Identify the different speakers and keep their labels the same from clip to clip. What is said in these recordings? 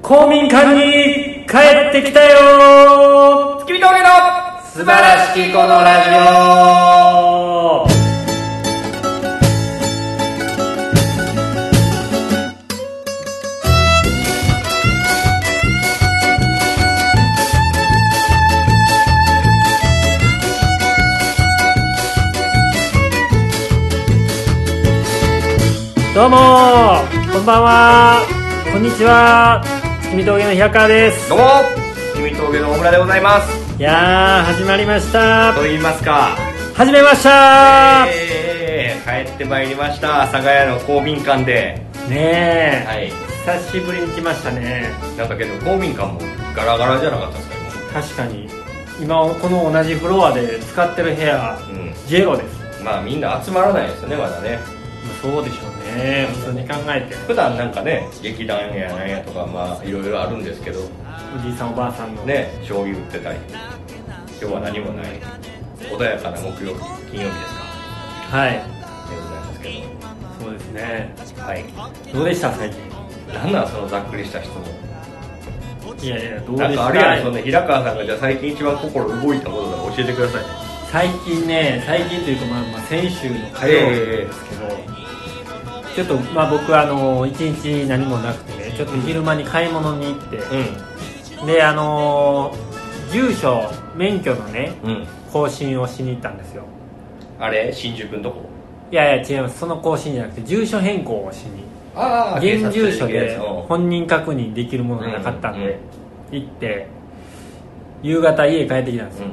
Speaker 1: 公民館に帰ってきたよ
Speaker 2: 月見峠の素晴らしきこのラジオ
Speaker 1: どうもこんばんはこんにちは月見峠の平川です
Speaker 2: どうも月見峠の小倉でございます
Speaker 1: いやー始まりました
Speaker 2: と言いますか
Speaker 1: 始めました
Speaker 2: えー、帰ってまいりました阿佐ヶ谷の公民館で
Speaker 1: ねえ、
Speaker 2: い
Speaker 1: 久しぶりに来ましたね
Speaker 2: なんかけど公民館もガラガラじゃなかったです
Speaker 1: 確
Speaker 2: か
Speaker 1: かに今この同じフロアで使ってる部屋
Speaker 2: 今うん
Speaker 1: ジェロです
Speaker 2: まあみんな集まらないですよねまだね
Speaker 1: そうでしょうね普通に考えて
Speaker 2: 普段なんかね劇団やなんやとかまあいろいろあるんですけど
Speaker 1: おじいさんおばあさんの
Speaker 2: ね将棋打ってたり今日は何もない穏やかな木曜日金曜日ですか
Speaker 1: はい
Speaker 2: でございますけど
Speaker 1: そうですね
Speaker 2: はい
Speaker 1: どうでした最近
Speaker 2: なんなんそのざっくりした質問
Speaker 1: いやいやどうで
Speaker 2: なん
Speaker 1: し
Speaker 2: かあるやん
Speaker 1: た
Speaker 2: その平川さんがじゃあ最近一番心動いたことだから教えてください
Speaker 1: 最近ね最近というか、まあ、まあ先週の火曜日ですけど、ちょっとまあ僕はあの一日何もなくてねちょっと昼間に買い物に行って、であのー住所免許のね
Speaker 2: うんうん
Speaker 1: 更新をしに行ったんですよ
Speaker 2: あれ新宿のとこ
Speaker 1: いやいや違いますその更新じゃなくて住所変更をしに
Speaker 2: あ
Speaker 1: 現住所で
Speaker 2: う
Speaker 1: 本人確認できるものがなかったんで、行って夕方家帰ってきたんですよ、
Speaker 2: ん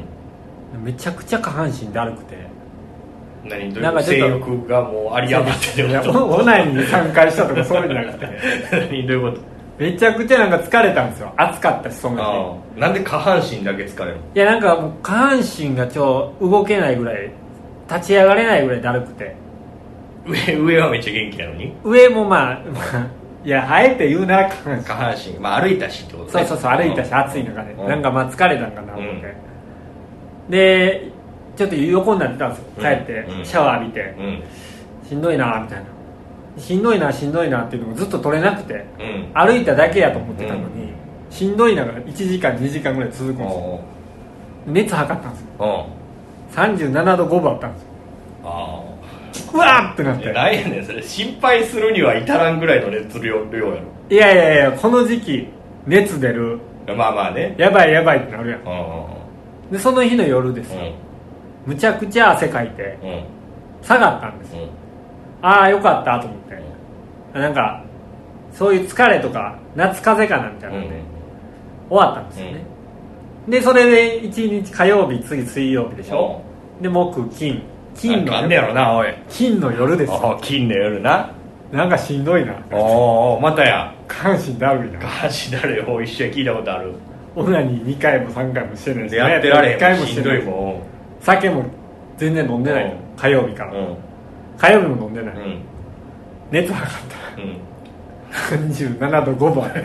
Speaker 1: めちゃくちゃ下半身だるくて
Speaker 2: 何どうい
Speaker 1: な
Speaker 2: うんこ
Speaker 1: か
Speaker 2: と
Speaker 1: ち
Speaker 2: 性
Speaker 1: ょっと
Speaker 2: 欲がもうあり余ってる
Speaker 1: い
Speaker 2: よ
Speaker 1: や
Speaker 2: うな
Speaker 1: オナニーに参加したとかそういうんじゃなく て
Speaker 2: 何どういう こと
Speaker 1: めちゃくちゃなんか疲れたんですよ暑かったしそんなに
Speaker 2: ああなんで下半身だけ疲れるの
Speaker 1: いやなんかもう下半身が超動けないぐらい立ち上がれないぐらいだるくて
Speaker 2: 上上はめっちゃ元気なのに
Speaker 1: 上もまあ まあいやあえて言うなら下半身
Speaker 2: 下半身まあ歩いたしってことね
Speaker 1: そうそうそう歩いたし
Speaker 2: うん
Speaker 1: 暑い中で
Speaker 2: うん
Speaker 1: なんかまあ疲れたんかな思ってでちょっと横になってたんですよ帰って
Speaker 2: うん
Speaker 1: シャワー浴びて
Speaker 2: うん
Speaker 1: しんどいなみたいなしんどいなしんどいなっていうのもずっと取れなくて
Speaker 2: うん
Speaker 1: 歩いただけやと思ってたのに、しんどいなが1時間2時間ぐらい続くんですよ
Speaker 2: お
Speaker 1: 熱測ったんですよ
Speaker 2: ーうん
Speaker 1: 37度5分あったんですよ
Speaker 2: あ
Speaker 1: うわーってな
Speaker 2: あ
Speaker 1: っ
Speaker 2: いや
Speaker 1: て
Speaker 2: なんやねんそれ心配するには至らんぐらいの熱量量や
Speaker 1: いやいやいやこの時期熱出る
Speaker 2: ろまあまあね
Speaker 1: やばいやばいってなるやん
Speaker 2: うん
Speaker 1: でその日の夜です
Speaker 2: うん
Speaker 1: よ、むちゃくちゃ汗かいて
Speaker 2: うんうん
Speaker 1: 下がったんですよ
Speaker 2: うん
Speaker 1: ああよかったと思ってなんかそういう疲れとか夏風邪かなみたいなんで、終わったんですよね、でそれで1日火曜日次水曜日でしょ、で木金金
Speaker 2: 金
Speaker 1: の
Speaker 2: なんねやろなおい
Speaker 1: 金の夜ですよ
Speaker 2: ああ金の夜な
Speaker 1: なんかしんどいな
Speaker 2: おーおーまたや
Speaker 1: 下半身だるい
Speaker 2: 下
Speaker 1: な
Speaker 2: 半身だれを一緒に聞いたことある
Speaker 1: オナニー2回も3回もしてないし
Speaker 2: やってられ
Speaker 1: 1
Speaker 2: へ
Speaker 1: 回
Speaker 2: ん
Speaker 1: も
Speaker 2: もん
Speaker 1: し
Speaker 2: してんど
Speaker 1: ないい
Speaker 2: もん
Speaker 1: 酒も全然飲んでないの
Speaker 2: う
Speaker 1: 火曜日から、
Speaker 2: うん
Speaker 1: 火曜日も飲んでない、
Speaker 2: うん
Speaker 1: 熱測っ
Speaker 2: う
Speaker 1: た37度5分ある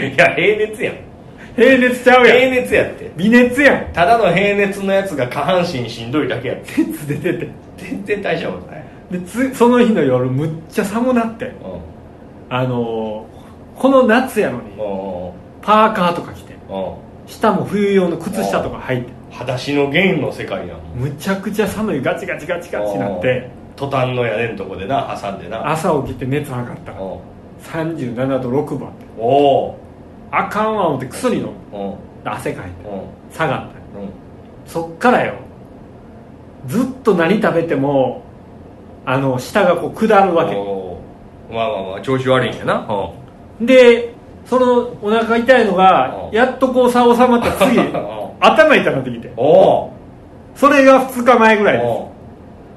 Speaker 2: んいや平熱やん
Speaker 1: 平熱ちゃうや
Speaker 2: 平
Speaker 1: ん
Speaker 2: 熱やって
Speaker 1: 微熱やん
Speaker 2: ただの平熱のやつが下半身しんどいだけやって
Speaker 1: 熱出てて
Speaker 2: 全然大したことない
Speaker 1: でつその日の夜むっちゃ寒なって
Speaker 2: うん
Speaker 1: あのーこの夏やのに
Speaker 2: うん
Speaker 1: パーカーとか着て
Speaker 2: うん
Speaker 1: 下も冬用の靴下とか履いて
Speaker 2: 裸足のゲイの世界やん
Speaker 1: むちゃくちゃ寒いガチガチガチガチなって
Speaker 2: トタンの屋根んとこでな挟んでな
Speaker 1: 朝起きて熱測った
Speaker 2: うん
Speaker 1: ら37度6分あって
Speaker 2: おお
Speaker 1: あかんわ思って薬飲んで
Speaker 2: うん
Speaker 1: 汗かいて
Speaker 2: うん
Speaker 1: 下がった
Speaker 2: うん
Speaker 1: そっからよずっと何食べてもあの舌がこう下るわけ
Speaker 2: おーまあまあまあ調子悪いん やなうん
Speaker 1: でそのお腹痛いのが
Speaker 2: うん
Speaker 1: やっとこうさ収まった 次
Speaker 2: お
Speaker 1: 頭痛くなってきて
Speaker 2: お
Speaker 1: それが2日前ぐらいで
Speaker 2: お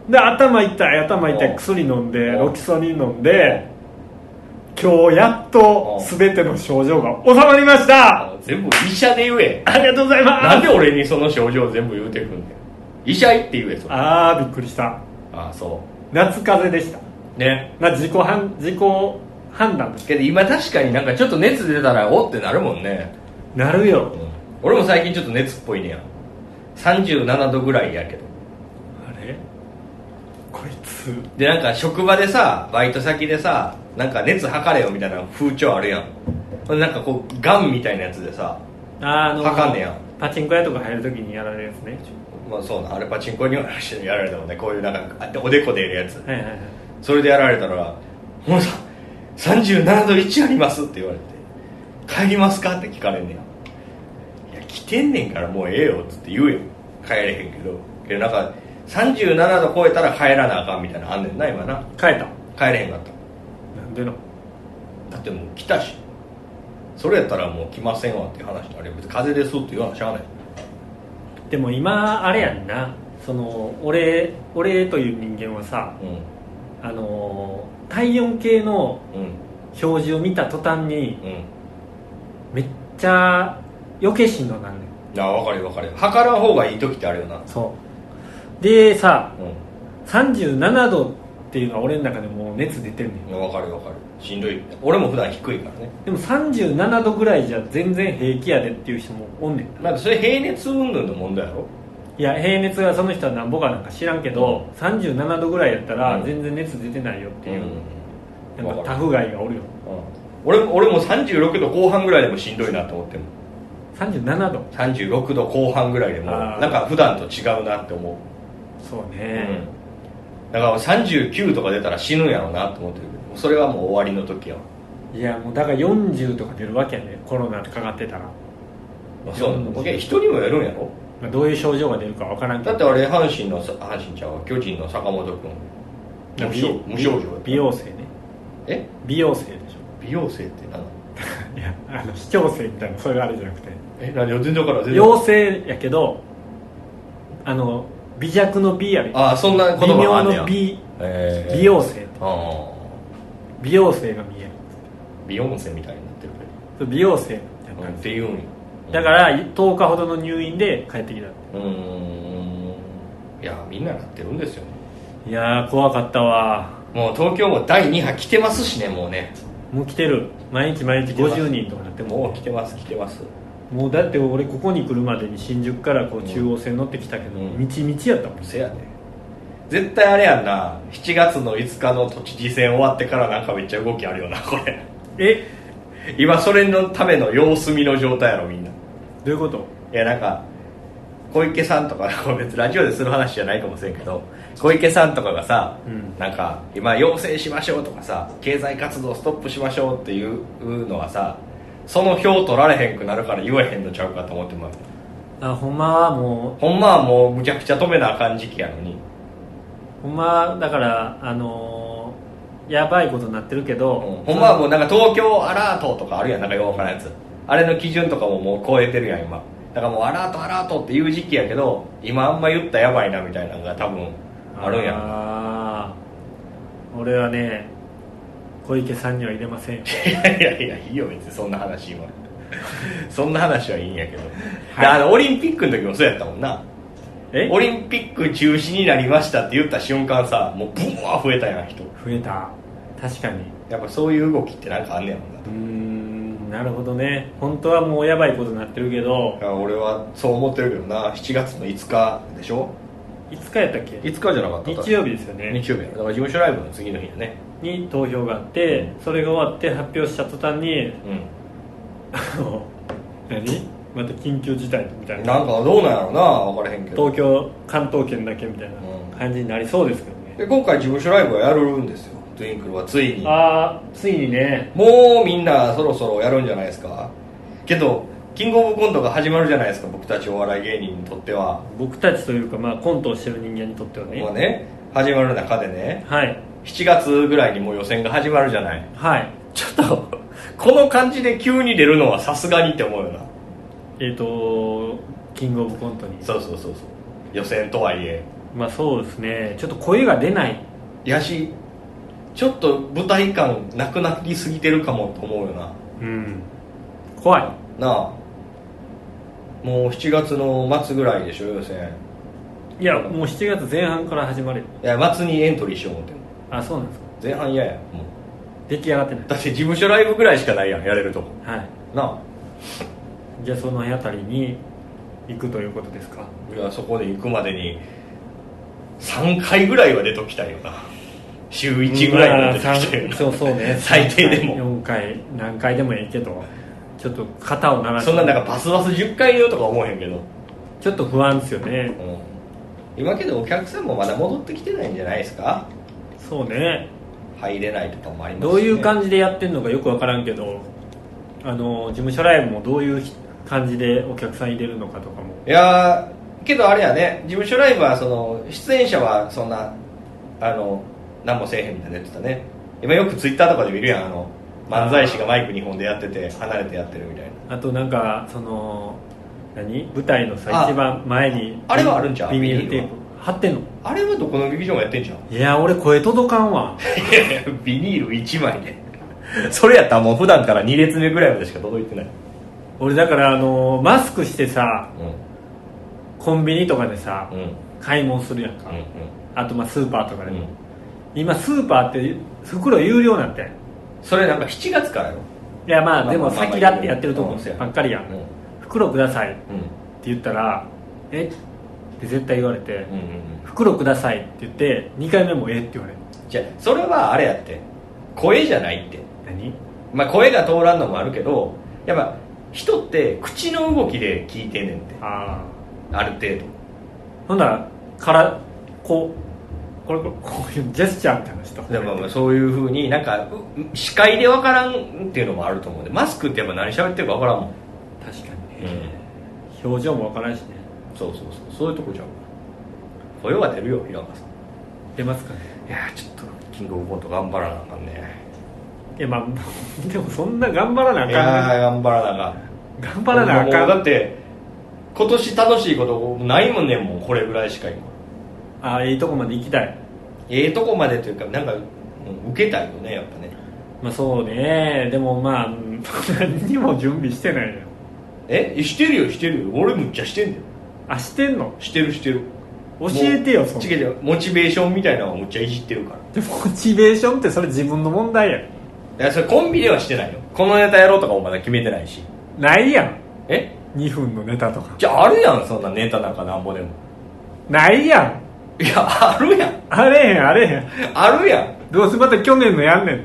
Speaker 1: すで頭痛い頭痛
Speaker 2: う
Speaker 1: い
Speaker 2: ん
Speaker 1: 薬飲んで
Speaker 2: うん
Speaker 1: ロキソニン飲んで今日やっと
Speaker 2: うん
Speaker 1: 全ての症状が収まりました
Speaker 2: 全部医者で言え
Speaker 1: ありがとうございます
Speaker 2: なんで俺にその症状全部言うてくんねん医者行って言えそれあ
Speaker 1: ああびっくりした
Speaker 2: あそ
Speaker 1: 夏風邪でした
Speaker 2: うね
Speaker 1: まあ自己判自己判断です
Speaker 2: けど今確かになんかちょっと熱出たらおってなるもんね、
Speaker 1: なるよ
Speaker 2: 俺も最近ちょっと熱っぽいねや37度ぐらいやけど
Speaker 1: あれこいつ
Speaker 2: でなんか職場でさバイト先でさなんか熱測れよみたいな風潮あるやんほんでなんかこうガンみたいなやつでさ
Speaker 1: あーあの
Speaker 2: 測んねや
Speaker 1: パチンコ屋とか入るときにやられるやつね
Speaker 2: まあそうなあれパチンコにもやらしてやられたもんねこういうなんかあおでこでやるやつ
Speaker 1: はいはいはい
Speaker 2: それでやられたら「もうさん37度1あります」って言われて「帰りますか?」って聞かれんねん「いや来てんねんからもうええよ」っつって言うよ帰れへんけどけどなんか37度超えたら帰らなあかんみたいなのあんねんな今な
Speaker 1: 変え
Speaker 2: 帰れへんかった
Speaker 1: たなんでの
Speaker 2: だってもう来たしそれやったらもう来ませんわっていう話になるよ別に風邪ですって言わなしゃあない
Speaker 1: でも今あれやんなその俺俺という人間はさ
Speaker 2: う
Speaker 1: あのー体温計の
Speaker 2: んうん
Speaker 1: 表示を見た途端に
Speaker 2: うん
Speaker 1: めっちゃ余計しんどなんねん
Speaker 2: ああ分かるよ分かるよ測らん方がいい時ってあるよな
Speaker 1: そうでさ
Speaker 2: う
Speaker 1: 37度っていうのは俺の中でもう熱出てるね
Speaker 2: ん分かる分かるしんどい俺も普段低いからね
Speaker 1: んでも37度ぐらいじゃ全然平気やでっていう人もおんねん
Speaker 2: まあそれ平熱運動の問題やろ
Speaker 1: いや平熱がその人はなんぼかなんか知らんけど、37度ぐらいやったら
Speaker 2: うん
Speaker 1: 全然熱出てないよっていう、
Speaker 2: うん
Speaker 1: なんか
Speaker 2: わか
Speaker 1: タ
Speaker 2: る
Speaker 1: フガイがおるよ
Speaker 2: うん俺も俺も36度後半ぐらいでもしんどいなと思っても
Speaker 1: 37度
Speaker 2: 36度後半ぐらいでも
Speaker 1: あー
Speaker 2: なんか普段と違うなって思う、
Speaker 1: そう
Speaker 2: うん
Speaker 1: ね、
Speaker 2: だから39とか出たら死ぬんやろうなと思ってるけどそれはもう終わりの時やわ
Speaker 1: いやもうだから40とか出るわけやねコロナかかってたら、
Speaker 2: まあそうなんだけど人にもよるんやろ
Speaker 1: まあ、どういう症状が出るかわからんけ
Speaker 2: だ
Speaker 1: ど
Speaker 2: ってあれ阪神のさ阪神ちゃうわ巨人の坂本君無症無症状やった
Speaker 1: 美容生ね
Speaker 2: え
Speaker 1: 美容生でし
Speaker 2: 美容生って何
Speaker 1: ょいやあの非矯正みたいなそういうあれじゃなくて
Speaker 2: え何全然分からん全然分
Speaker 1: 陽性やけどあの微弱の美やね
Speaker 2: からんあーそんな言
Speaker 1: 微
Speaker 2: 葉
Speaker 1: 妙
Speaker 2: あんねや
Speaker 1: の美
Speaker 2: えー
Speaker 1: 美容生
Speaker 2: ああ
Speaker 1: 美容生が見える
Speaker 2: 美容生みたいになってる
Speaker 1: そ
Speaker 2: け
Speaker 1: う美容生みたいな
Speaker 2: ど、
Speaker 1: 感
Speaker 2: っ
Speaker 1: じ
Speaker 2: ていうんや
Speaker 1: だから10日ほどの入院で帰ってきたっ
Speaker 2: うーんいやみんななってるんですよ
Speaker 1: ていやー怖かったわ
Speaker 2: もう東京も第2波来てますしねもうね
Speaker 1: もう来てる毎日毎日50人とかなっても
Speaker 2: もう来てます来てます
Speaker 1: うもうだって俺ここに来るまでに新宿からこう中央線乗ってきたけど、
Speaker 2: うん
Speaker 1: みちみちやったもん
Speaker 2: せやね絶対あれやんな7月の5日の都知事選終わってからなんかめっちゃ動きあるよなこれ
Speaker 1: え
Speaker 2: 今それのための様子見の状態やろみんない
Speaker 1: どういうこと
Speaker 2: やなんか小池さんとかこれ別にラジオでする話じゃないかもしれんけど小池さんとかがさ、
Speaker 1: うん
Speaker 2: なんか今要請しましょうとかさ経済活動ストップしましょうっていうのはさその票取られへんくなるから言えへんのちゃうかと思ってます
Speaker 1: あほんまはも
Speaker 2: ほんまはもうむちゃくちゃ止めなあかん時期やのに
Speaker 1: うほんまはだからあのーやばいことになってるけど、
Speaker 2: ほんまはもうなんか東京アラートとかあるやんなんかよくわからんやつあれの基準とかももう超えてるやん今だからもうアラートアラートっていう時期やけど今あんま言ったらやばいなみたいなのが多分あるんやん
Speaker 1: あー俺はね小池さんには入れません
Speaker 2: いやいやいやいいよ別にそんな話 はそんな話はいいんやけど、
Speaker 1: はい
Speaker 2: あのオリンピックの時もそうやったもんな
Speaker 1: え
Speaker 2: オリンピック中止になりましたって言った瞬間さもうブワー増えたやん人
Speaker 1: 増えた確かに
Speaker 2: やっぱそういう動きってなんかあんねやもんな
Speaker 1: うーんなるほどね本当はもうやばいことになってるけど
Speaker 2: だから俺はそう思ってるけどな7月の5日でしょ
Speaker 1: 5日やったっけ
Speaker 2: 5日じゃなか
Speaker 1: 日曜日ですよね
Speaker 2: 日曜日やだから事務所ライブの次の日やね
Speaker 1: に投票があってそれが終わって発表した途端に
Speaker 2: う
Speaker 1: あの何また緊急事態みたい
Speaker 2: ん
Speaker 1: な
Speaker 2: なんかどうなんやろうな分からへんけど
Speaker 1: 東京関東圏だけみたいな感じになりそうですけどね
Speaker 2: で今回事務所ライブはやるんですよトゥインクルはついに
Speaker 1: ああついにね
Speaker 2: もうみんなそろそろやるんじゃないですかけどキングオブコントが始まるじゃないですか僕たちお笑い芸人にとっては、
Speaker 1: 僕たちというか、まあ、コントをしてる人間にとってはね
Speaker 2: まあね始まる中でね
Speaker 1: はい
Speaker 2: 7月ぐらいにもう予選が始まるじゃない
Speaker 1: はい
Speaker 2: ちょっとこの感じで急に出るのはさすがにって思うよな
Speaker 1: えっ、とキングオブコントに
Speaker 2: そうそうそうそう予選とはいえ
Speaker 1: まあそうですねちょっと声が出ない
Speaker 2: やしちょっと舞台感なくなりすぎてるかもと思うよな
Speaker 1: うん怖い
Speaker 2: なあもう7月の末ぐらいでしょ予選
Speaker 1: いやもう7月前半から始まる
Speaker 2: いや末にエントリーしよう思っても
Speaker 1: あそうなんですか
Speaker 2: 前半嫌やもう
Speaker 1: 出来上がってない
Speaker 2: だって事務所ライブぐらいしかないやんやれるとこ
Speaker 1: はい
Speaker 2: な
Speaker 1: じゃあその辺りに行くということですか
Speaker 2: あいやそこで行くまでに3回ぐらいは出ときたいよな週1ぐらいの
Speaker 1: まあ
Speaker 2: 時
Speaker 1: 三そうそうね
Speaker 2: 最低でも
Speaker 1: 4回何回でもええけどちょっと肩を鳴らして
Speaker 2: そんななんかバスバス10回言うとか思えへんけど、
Speaker 1: ちょっと不安ですよね
Speaker 2: うん、今けどお客さんもまだ戻ってきてないんじゃないですか
Speaker 1: そうね
Speaker 2: 入れないとかもありますしね
Speaker 1: どういう感じでやってるのかよく分からんけどあの事務所ライブもどういう感じでお客さん入れるのかとかも
Speaker 2: いやーけどあれやね事務所ライブはその出演者はそんなあの何もせえへんみたいなやってたね今よくツイッターとかで見るやんあの漫才師がマイク2本でやってて離れてやってるみたいな
Speaker 1: あとなんかその何舞台のさ
Speaker 2: あ
Speaker 1: 一番前に
Speaker 2: あれはあるんちゃう
Speaker 1: ビニールテー
Speaker 2: ビニ
Speaker 1: プ貼ってんの
Speaker 2: あれはどこの劇場もやってんじゃん
Speaker 1: いや俺声届かんわ
Speaker 2: ビニール1枚でそれやったらもう普段から2列目ぐらいまでしか届いてない、
Speaker 1: 俺だからあのマスクしてさコンビニとかでさ
Speaker 2: うんうんうん
Speaker 1: 買い物するやんか、あとまあスーパーとかで
Speaker 2: う
Speaker 1: も、
Speaker 2: ん
Speaker 1: 今スーパーって袋有料なんて
Speaker 2: それなんか7月からよ、
Speaker 1: いやまあでも
Speaker 2: まあまあまあ
Speaker 1: 先だってやってるとこ
Speaker 2: うんそうや
Speaker 1: ばっかりや
Speaker 2: うんんうん
Speaker 1: 袋くださいって言ったら「えっ?」て絶対言われて
Speaker 2: うんうんうん
Speaker 1: 「袋ください」って言って2回目も「えっ?」って言われる
Speaker 2: じゃあそれはあれやって声じゃないって
Speaker 1: 何
Speaker 2: まあ、声が通らんのもあるけどやっぱ人って口の動きで聞いてんねんって
Speaker 1: あ
Speaker 2: ある程
Speaker 1: あほんならからこうこれこういうジェスチャーみたいな人
Speaker 2: 度でもまあそういうふうになんかう視界で分からんっていうのもあると思うんでマスクってやっぱ何喋ってるか分からんもん、
Speaker 1: 確かにね、表情もわからんしね
Speaker 2: そうそうそうそういうとこじゃん声は出るよ平川さん
Speaker 1: 出ますかね
Speaker 2: いやーちょっとキングオブコント頑張らなあかんね
Speaker 1: いやまあ でもそんな頑張らなあ
Speaker 2: いや
Speaker 1: か
Speaker 2: ー頑張らなあかん
Speaker 1: ん頑張らなあ
Speaker 2: もう
Speaker 1: か
Speaker 2: だ
Speaker 1: ん
Speaker 2: って今年楽しいことないもんねもうこれぐらいしか今
Speaker 1: ああいいとこまで行きたい
Speaker 2: ええとこまでというかなんかうん受けたいよねやっぱね
Speaker 1: まあそうねでもまあ うん何にも準備してないのよ
Speaker 2: えしてるよしてるよ俺むっちゃしてんだよ
Speaker 1: あしてんの
Speaker 2: してるしてる
Speaker 1: 教えてよそ
Speaker 2: そ
Speaker 1: の
Speaker 2: 違う違うモチベーションみたいなのをむっちゃいじってるか
Speaker 1: でモチベーションってそれ自分の問題やん
Speaker 2: らいやそれコンビではしてないよこのネタやろうとかもまだ決めてないし
Speaker 1: ないやん
Speaker 2: え
Speaker 1: 2分のネタとか
Speaker 2: じゃああるやんそんなネタなんかなんぼでも
Speaker 1: ないやん
Speaker 2: いやあるやん
Speaker 1: あれへんあれへん
Speaker 2: あるやん
Speaker 1: どうせまた去年のやんねん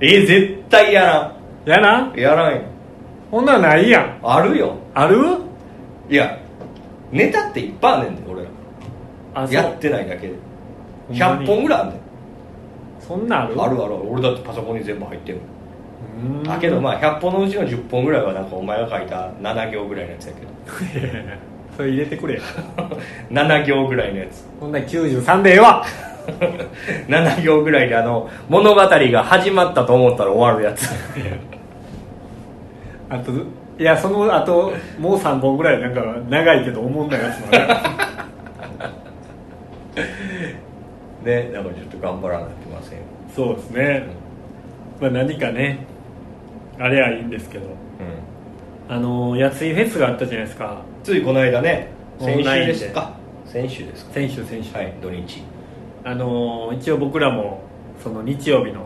Speaker 2: え絶対やら
Speaker 1: やなん
Speaker 2: やらんよ
Speaker 1: ほんならないやん
Speaker 2: あるよ
Speaker 1: ある
Speaker 2: いやネタっていっぱいあんねんで俺ら
Speaker 1: あそう
Speaker 2: やってないだけで
Speaker 1: ほんま
Speaker 2: 100
Speaker 1: に
Speaker 2: 本ぐらいあんねん
Speaker 1: そんなんある
Speaker 2: あるある俺だってパソコンに全部入ってる
Speaker 1: うーん
Speaker 2: だけどまあ100本のうちの10本ぐらいはなんかお前が書いた7行ぐらいのやつやけど
Speaker 1: いやいやそれ入れてくれよ
Speaker 2: 7行ぐらいのやつ
Speaker 1: ほんなら93でええわ
Speaker 2: 7行ぐらいであの物語が始まったと思ったら終わるや つ
Speaker 1: あといやそのあともう3本ぐらいなんか長いけどおもんないやつもあ
Speaker 2: ねだからちょっと頑張らなきゃいけませんよ、
Speaker 1: るそうですねまあ何かねあれはいいんですけどあのやついフェスがあったじゃないですか
Speaker 2: ついこの間ね先
Speaker 1: オンライ
Speaker 2: 週
Speaker 1: ンで
Speaker 2: ですか先週ですか
Speaker 1: 選手選手
Speaker 2: はい土日
Speaker 1: あの一応僕らもその日曜日の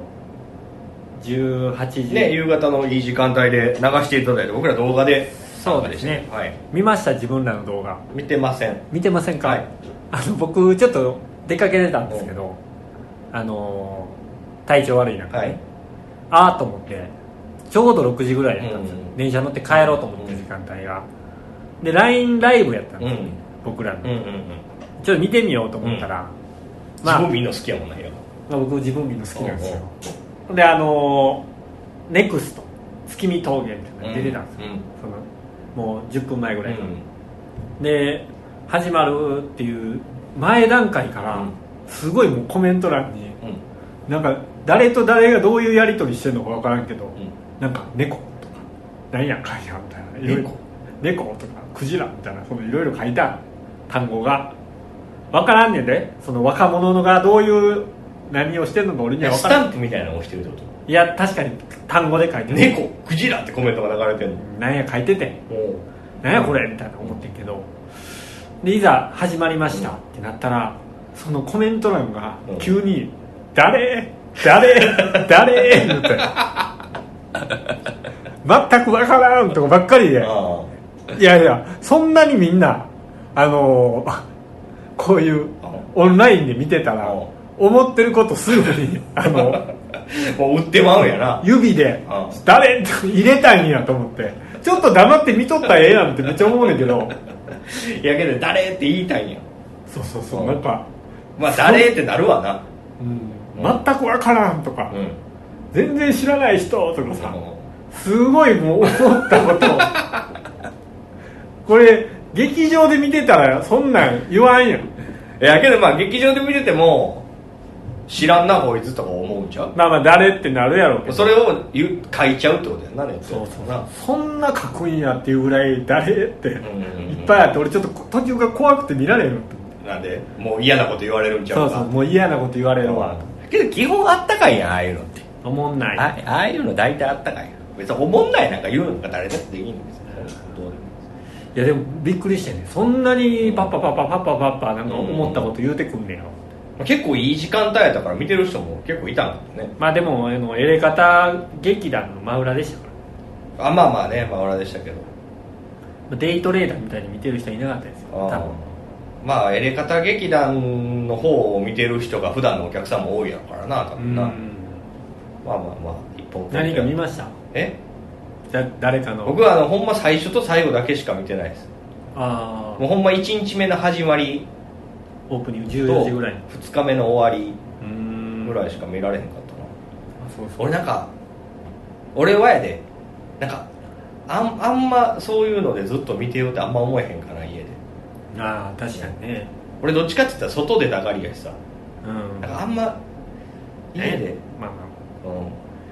Speaker 1: 18時、
Speaker 2: ね夕方のいい時間帯で流していただいて僕ら動画で
Speaker 1: そうですね
Speaker 2: はい
Speaker 1: 見ました自分らの動画
Speaker 2: 見てません
Speaker 1: 見てませんか、
Speaker 2: はい
Speaker 1: あの僕ちょっと出かけてたんですけど、あの体調悪い中
Speaker 2: は
Speaker 1: ね、
Speaker 2: い
Speaker 1: ああと思ってちょうど6時ぐらいやったんですよ、
Speaker 2: うん
Speaker 1: 電車乗って帰ろうと思って時間帯がで LINE ライブやったんですよ、
Speaker 2: うん
Speaker 1: 僕らの、
Speaker 2: うんうんうん
Speaker 1: ちょっと見てみようと思ったら、ま
Speaker 2: 自
Speaker 1: あ
Speaker 2: 分見んの好きやもんな平野
Speaker 1: まあ、僕自分見るの好きなんですよ
Speaker 2: うん、
Speaker 1: であのネクスト月見峠みたいなの出てたんですよ、
Speaker 2: う
Speaker 1: そのもう10分前ぐら
Speaker 2: ん
Speaker 1: い、で始まるっていう前段階から、
Speaker 2: うん
Speaker 1: すごいもうコメント欄に
Speaker 2: うん
Speaker 1: なんか誰と誰がどういうやり取りしてるのか分からんけど、
Speaker 2: うん
Speaker 1: なんか猫とかなんやかんやみたいないろいろ猫とかクジラみたいなそのいろいろ書いた単語が分からんねんでその若者のがどういう何をしてるのか俺には分
Speaker 2: ス
Speaker 1: からん
Speaker 2: タンプみたいなのをしてるってこ
Speaker 1: いや確かに単語で書いてる
Speaker 2: と猫クジラってコメントが流れてるの
Speaker 1: なんや書いてて
Speaker 2: おう
Speaker 1: なんやこれみたいな思ってんけどでいざ始まりましたってなったらそのコメント欄が
Speaker 2: うん
Speaker 1: 急に「誰誰誰?」って 全く分からんとこばっかりで
Speaker 2: あ
Speaker 1: いやいやそんなにみんなあのーこういう
Speaker 2: あ
Speaker 1: オンラインで見てたら
Speaker 2: うん
Speaker 1: 思ってることすぐ にあの
Speaker 2: もう売ってまうんやな
Speaker 1: 指で
Speaker 2: あ
Speaker 1: 「誰?」 って入れたんやと思ってちょっと黙って見とったらええやんってめっちゃ思うねんけど
Speaker 2: いやけど誰って言いたいんや
Speaker 1: そうそうそうなんか、
Speaker 2: まあ誰ってなるわな
Speaker 1: うん、全く分からんとか、
Speaker 2: うん
Speaker 1: 全然知らない人とか
Speaker 2: あ
Speaker 1: さ
Speaker 2: の
Speaker 1: すごいもう思ったことをこれ劇場で見てたらそんなん言わんやん
Speaker 2: いやけどまあ劇場で見てても知らんなこいつとか思うんちゃう
Speaker 1: まあまあ誰ってなるやろうけど
Speaker 2: それを言う書いちゃうってことやなね
Speaker 1: そうそう
Speaker 2: な
Speaker 1: そんなかっこいいやっていうぐらい誰って
Speaker 2: ん
Speaker 1: いっぱいあって俺ちょっと途中が怖くて見られる
Speaker 2: なんでもう嫌なこと言われるんちゃ
Speaker 1: そうう
Speaker 2: か
Speaker 1: そうもう嫌なこと言われるわ
Speaker 2: うんけど基本あったかいやんああいうのって
Speaker 1: 思んない
Speaker 2: あああいうの大体あったかいやん別におもんないなんか言うのが誰だっていいんですよどうでも
Speaker 1: いやでもびっくりしてねそんなにパッパパッパパッパパッパなんか思ったこと言うてくんねやろ、
Speaker 2: まあ結構いい時間帯やったから見てる人も結構いたんだよね
Speaker 1: まあでもあのエレカタ劇団の真裏でしたから
Speaker 2: あまあまあねまあ俺でしたけど
Speaker 1: まあデイトレーダーみたいに見てる人いなかったですよ多
Speaker 2: あ
Speaker 1: 分
Speaker 2: まあエレカタ劇団の方を見てる人が普段のお客さんも多いやろからな多分な、まあまあまあ一本
Speaker 1: 何か見ました
Speaker 2: え
Speaker 1: じゃ誰かの
Speaker 2: 僕はあのほんま最初と最後だけしか見てないです
Speaker 1: ああ
Speaker 2: もうほんま1日目の始まり
Speaker 1: オープニング
Speaker 2: と
Speaker 1: 14時ぐらいに
Speaker 2: 2日目の終わ
Speaker 1: う
Speaker 2: り
Speaker 1: ん
Speaker 2: ぐらいしか見られへんかったな、
Speaker 1: あそうそう
Speaker 2: 俺なんか俺はやでなんかあんあんまそういうのでずっと見てようってあんま思えへんかな家で
Speaker 1: ああ確かにね
Speaker 2: 俺どっちかって言ったら外でたがりやしさ
Speaker 1: うん
Speaker 2: なんかあんま家で、
Speaker 1: まあま
Speaker 2: う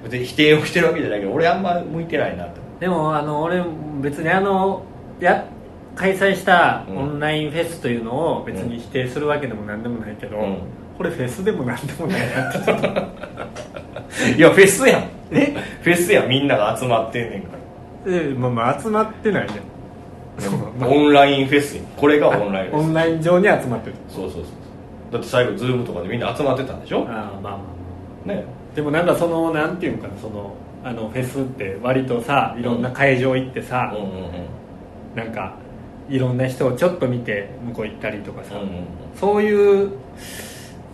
Speaker 2: ん、別に否定をしてるわけじゃないけど俺あんま向いてないなと
Speaker 1: あでもあの俺別にあのや開催した
Speaker 2: うん
Speaker 1: オンラインフェスというのを別に否定するわけでも何でもないけど、
Speaker 2: うん
Speaker 1: これフェスでも何でもないなってちょっと
Speaker 2: いやフェスやんえフェスやんみんなが集まってんねんか ら
Speaker 1: えまあまあ集まってないじゃんそうまあ
Speaker 2: オンラインフェスやんこれがオンラインフ
Speaker 1: オ
Speaker 2: ェ
Speaker 1: ンライン上に集まってる
Speaker 2: スそうそうそうだって最後ズームとかでみんな集まってたんでしょ
Speaker 1: ああまあま
Speaker 2: ね
Speaker 1: あでもなんかそのなんていうんかなそのあのフェスって割とさいろんな会場行って
Speaker 2: うん
Speaker 1: さ、
Speaker 2: うんうん
Speaker 1: なんかいろんな人をちょっと見て向こう行ったりとかさ、
Speaker 2: うんうん
Speaker 1: そういう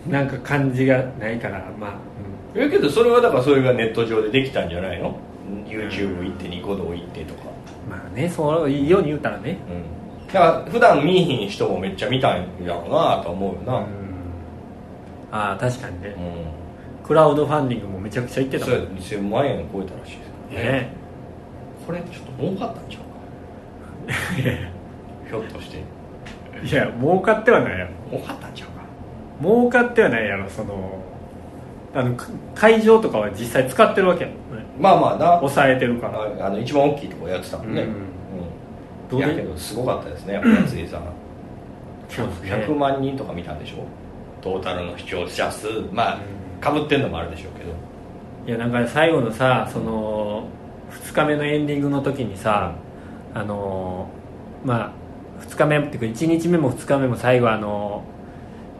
Speaker 1: なんか感じがないからまあ、
Speaker 2: いやけどそれはだからそれがネット上でできたんじゃないの YouTube 行ってニコ動行ってとか、
Speaker 1: うんまあねそういいように言うたらね、
Speaker 2: うん、だから普段見えひん人もめっちゃ見たんやろうなと思うよ
Speaker 1: う
Speaker 2: な、うん
Speaker 1: んああ確かにね、クラウドファンディングもめちゃくちゃ行ってた
Speaker 2: そ
Speaker 1: もん
Speaker 2: れ2000万円超えたらしいですからね
Speaker 1: ね
Speaker 2: これちょっと儲かったんちゃうかひょっとして
Speaker 1: いや儲かってはないやろ
Speaker 2: 儲かったんちゃうか
Speaker 1: 儲かってはないやろそのあのか会場とかは実際使ってるわけやもんね
Speaker 2: まあまあな
Speaker 1: 抑えてるから
Speaker 2: ああの一番大きいとこやってたもんね、
Speaker 1: うん
Speaker 2: う
Speaker 1: ど
Speaker 2: ん
Speaker 1: う
Speaker 2: い
Speaker 1: で
Speaker 2: やけどすごかったですねやっぱ松井さん
Speaker 1: そうですね
Speaker 2: 100万人とか見たんでしょトータルの視聴者数まあ
Speaker 1: うん
Speaker 2: かぶってんのもあるでしょうけど
Speaker 1: いやなんか最後のさその2日目のエンディングの時にさ、あのーまあ2日目っていうか1日目も2日目も最後あの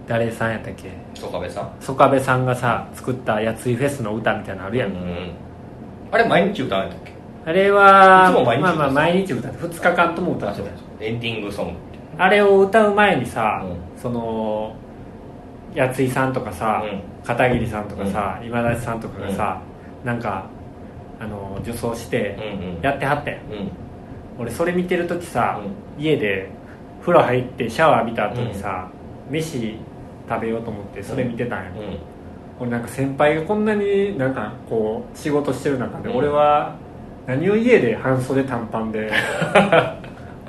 Speaker 1: ー誰さんやったっけ
Speaker 2: 曽我部さん
Speaker 1: 曽我部さんがさ作った「やついフェス」の歌みたいなのあるやん、
Speaker 2: うんあれ毎日歌わないとっけ
Speaker 1: あれはい
Speaker 2: つも毎日
Speaker 1: ま
Speaker 2: 歌っ
Speaker 1: あ
Speaker 2: てた
Speaker 1: まあ毎日歌って2日間とも歌ってた
Speaker 2: エンディングソングって
Speaker 1: あれを歌う前にさ、
Speaker 2: う
Speaker 1: そのやついさんとかさ、
Speaker 2: う
Speaker 1: 片桐さんとかさ、今立さんとかがさ、なんかあの女装して
Speaker 2: うんうん
Speaker 1: やってはったやん
Speaker 2: うん
Speaker 1: 俺それ見てる時さ、家で風呂入ってシャワー浴びた後にさ、飯食べようと思ってそれ見てたんや、
Speaker 2: うん
Speaker 1: 俺なんか先輩がこんなになんかこう仕事してる中で、
Speaker 2: うん
Speaker 1: 俺は何を家で半袖短パン で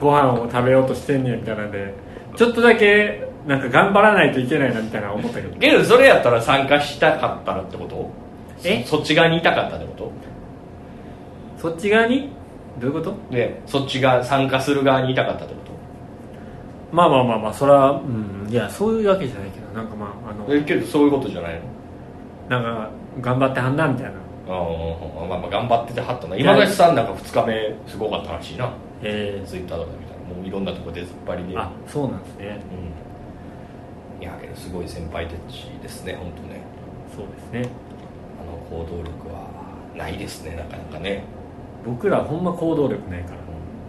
Speaker 1: ご飯を食べようとしてんねやみたいなんでちょっとだけなんか頑張らないといけないなみたいな思ったけど
Speaker 2: けどそれやったら参加したかったらってこと
Speaker 1: え
Speaker 2: そそっち側にいたかったってこと
Speaker 1: そっち側にどういうこと
Speaker 2: でそっちが参加する側にいたかったってこ
Speaker 1: まあまあまあまあそれはうんいやそういうわけじゃないけどなんかまああの
Speaker 2: とえけどそういうことじゃない
Speaker 1: な
Speaker 2: の
Speaker 1: んか頑張ってはんなみたいな
Speaker 2: ああまあまあ頑張っててはったな今立さんなんか2日目すごかったらしいな
Speaker 1: え
Speaker 2: ツイッターとかで見たらもういろんなとこ出ずっぱりで
Speaker 1: ー、あそうなんですね
Speaker 2: うんいやけどすごい先輩たちですね本当ね
Speaker 1: そうですね
Speaker 2: あの行動力はないですねなかなかね
Speaker 1: 僕らほんま行動力ないから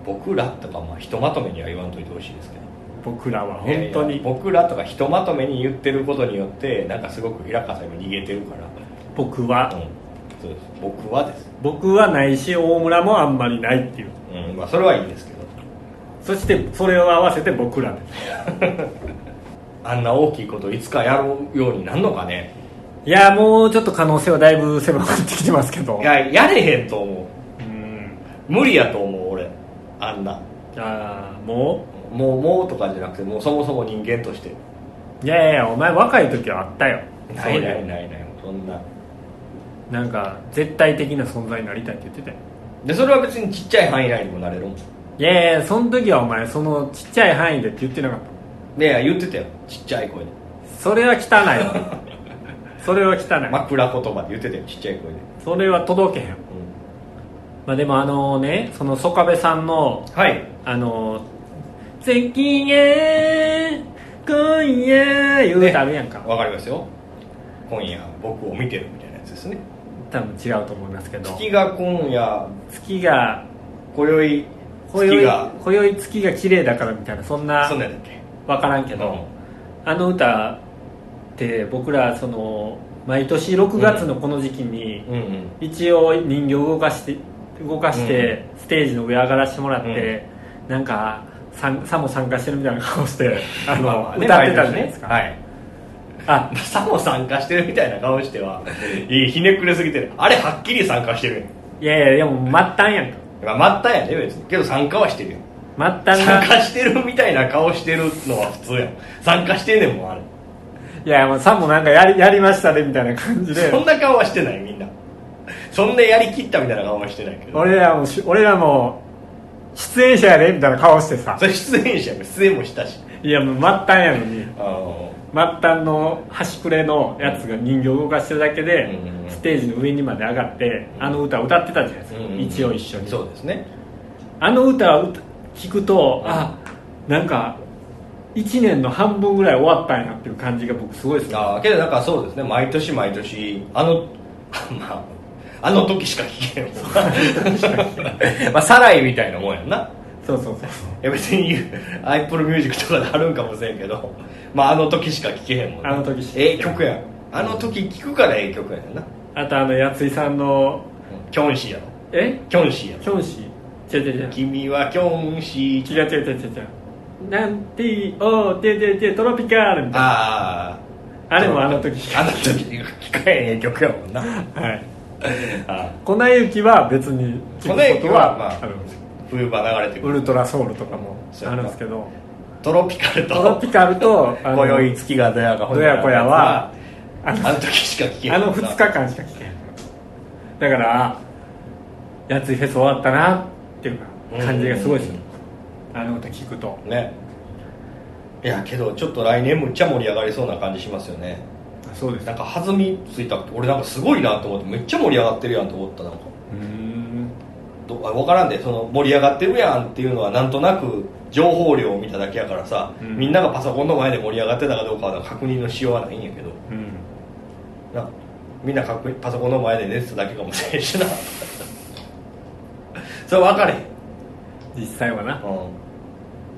Speaker 2: 僕らとかまあひとまとめには言わんといてほしいですけど
Speaker 1: 僕らは本当に
Speaker 2: いやいや僕らとかひとまとめに言ってることによってなんかすごく平川さん今逃げてるから、
Speaker 1: 僕は、
Speaker 2: うん、そうです僕はです、
Speaker 1: 僕はないし大村もあんまりないっていう
Speaker 2: うんまあ、それはいいんですけど
Speaker 1: そしてそれを合わせて僕らです
Speaker 2: あんな大きいこといつかやろうようになるのかね
Speaker 1: いやもうちょっと可能性はだいぶ狭まってきてますけど
Speaker 2: いややれへんと思
Speaker 1: うん
Speaker 2: う無理やと思う俺あんな
Speaker 1: ああも
Speaker 2: もうもうとかじゃなくてもうそもそも人間として
Speaker 1: ういやいやいやお前若い時はあったよ
Speaker 2: ないな
Speaker 1: そう
Speaker 2: いうないないそんな
Speaker 1: なんか絶対的な存在になりたいって言ってたよ
Speaker 2: でそれは別にちっちゃい範囲内にもなれるもん
Speaker 1: いやいやその時はお前そのちっちゃい範囲でって言ってなかった
Speaker 2: いやいや言ってたよちっちゃい声で
Speaker 1: それは汚い わそれは汚い、
Speaker 2: 枕言葉で言ってたよちっちゃい声で、
Speaker 1: それは届けへん、
Speaker 2: う
Speaker 1: まあ、でもあのねその曽我部さんの
Speaker 2: ん、はい
Speaker 1: あの「関へ今夜」言うてあるやんか、
Speaker 2: わかりますよ今夜僕を見てるみたいなやつですね
Speaker 1: 多分違うと思いますけど
Speaker 2: 月が今夜
Speaker 1: 月が
Speaker 2: 今宵
Speaker 1: 今
Speaker 2: 月
Speaker 1: 宵
Speaker 2: が
Speaker 1: 今宵月が綺麗だからみたいなそんな
Speaker 2: そんなんだっけ
Speaker 1: 分からんけ
Speaker 2: あ
Speaker 1: ど
Speaker 2: の
Speaker 1: あの歌って僕らその毎年6月のこの時期に
Speaker 2: うんうん
Speaker 1: 一応人形動かして動かしてステージの上上がらせてもらってなんかさんさも参加してるみたいな顔 してあ
Speaker 2: ま
Speaker 1: の
Speaker 2: まね
Speaker 1: 歌ってたじゃないですか
Speaker 2: はい
Speaker 1: あ
Speaker 2: さも参加してるみたいな顔し てはいいひねくれすぎてるあれはっきり参加してる
Speaker 1: いやいやでも末端やんか
Speaker 2: やんまあ末端やね別にけど参加はしてるよ
Speaker 1: 末端
Speaker 2: 参
Speaker 1: が
Speaker 2: 加してるみたいな顔してるのは普通やん参加してんねんもんあれ
Speaker 1: いやもうさもなんかやりやりましたねみたいな感じで
Speaker 2: そんな顔はしてないみんなそんなやりきったみたいな顔はしてないけど
Speaker 1: 俺らもし俺らも出演者やでみたいな顔してさ
Speaker 2: それ出演者やん出演もしたし
Speaker 1: いやもう末端やのに
Speaker 2: あの
Speaker 1: 末端の端くれのやつが人形動かしてるだけで、
Speaker 2: うん
Speaker 1: ステージの上にまで上がって、
Speaker 2: うん
Speaker 1: あの歌を歌ってたじゃないですか、
Speaker 2: うん
Speaker 1: 一応一緒に
Speaker 2: そうですね
Speaker 1: あの歌を歌聞くと、
Speaker 2: うん
Speaker 1: あなんか1年の半分ぐらい終わったんやっていう感じが僕すごいですね
Speaker 2: ああけどなんかそうですね毎年毎年あの まああの時しか聞けへん もんまあサライみたいなもんやんな
Speaker 1: そうそうそう
Speaker 2: いや別に Apple Music とかであるんかもしれんけどまああの時しか聴けへんもんな
Speaker 1: あの時しか
Speaker 2: ええ曲やんあの時聴くからええ曲やねんな
Speaker 1: あとあのやついさんの
Speaker 2: キョンシーやろ
Speaker 1: え
Speaker 2: キョンシーやろ
Speaker 1: キョンシー違う違う違う
Speaker 2: 君はキョンシー
Speaker 1: 違う違う違う違うなんておてててトロピカールみたいな
Speaker 2: ああ
Speaker 1: あれもあの時しか
Speaker 2: あの時聴かへんええ曲やもんな
Speaker 1: はい
Speaker 2: あ
Speaker 1: 粉雪は別に聞く
Speaker 2: 粉雪
Speaker 1: こと
Speaker 2: はま
Speaker 1: は
Speaker 2: あ
Speaker 1: あるんですよ
Speaker 2: 冬場流れて
Speaker 1: ウ
Speaker 2: くる
Speaker 1: ルトラソウルとかも
Speaker 2: そう
Speaker 1: あ
Speaker 2: やな
Speaker 1: るんですけど
Speaker 2: トロピカルと
Speaker 1: トロピカルとあの
Speaker 2: 今宵月がどやか
Speaker 1: どやこやはあの
Speaker 2: あの時しか聴けへん
Speaker 1: あ
Speaker 2: もんな
Speaker 1: の2日間しか聞けへんだからやついフェス終わったなっていうか感じがすごいですよあの歌聞くと
Speaker 2: ねいやけどちょっと来年むっちゃ盛り上がりそうな感じしますよね
Speaker 1: そうです
Speaker 2: なんか弾みついた俺なんかすごいなと思ってめっちゃ盛り上がってるやんと思ったなんか
Speaker 1: うん
Speaker 2: どあ分からんでその盛り上がってるやんっていうのはなんとなく情報量を見ただけやからさ、
Speaker 1: うん
Speaker 2: みんながパソコンの前で盛り上がってたかどうかは確認のしようはないんやけど
Speaker 1: うん
Speaker 2: なみんな確認パソコンの前で寝てただけかもしれんしな それ分かれへん
Speaker 1: 実際はな
Speaker 2: うん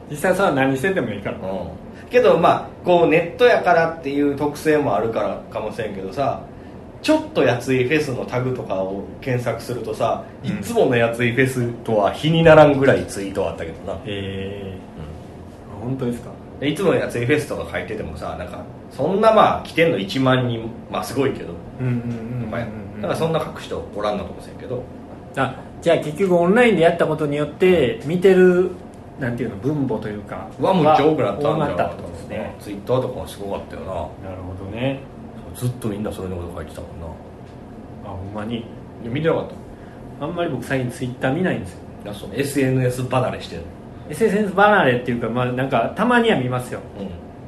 Speaker 1: 実際さ何しててもいいから
Speaker 2: うんけどまあこうネットやからっていう特性もあるからかもしれんけどさちょっとやついフェスのタグとかを検索するとさ、
Speaker 1: うん
Speaker 2: いつものやついフェスとは比にならんぐらいツイートあったけどな
Speaker 1: ええ本当ですか
Speaker 2: でいつものやついフェスとか書いててもさなんかそんなまあ来てんの1万人まあすごいけど、
Speaker 1: うんうん
Speaker 2: まあなんかそんな書く人おらんのかもしれんけど
Speaker 1: あじゃあ結局オンラインでやったことによって見てるなんていうの分母というか
Speaker 2: はもう超多くなったんだ
Speaker 1: 多くなったって
Speaker 2: と
Speaker 1: こ
Speaker 2: 思
Speaker 1: とです
Speaker 2: う
Speaker 1: ね
Speaker 2: ツイッターとかもすごかったよな
Speaker 1: なるほどね
Speaker 2: ずっとみんなそれのこと書いてたもんな
Speaker 1: あほんまに
Speaker 2: いや見てなかった
Speaker 1: あんまり僕最近ツイッター見ないんですよ
Speaker 2: いやそう SNS 離れしてる
Speaker 1: SNS 離れっていうかまあなんかたまには見ますよ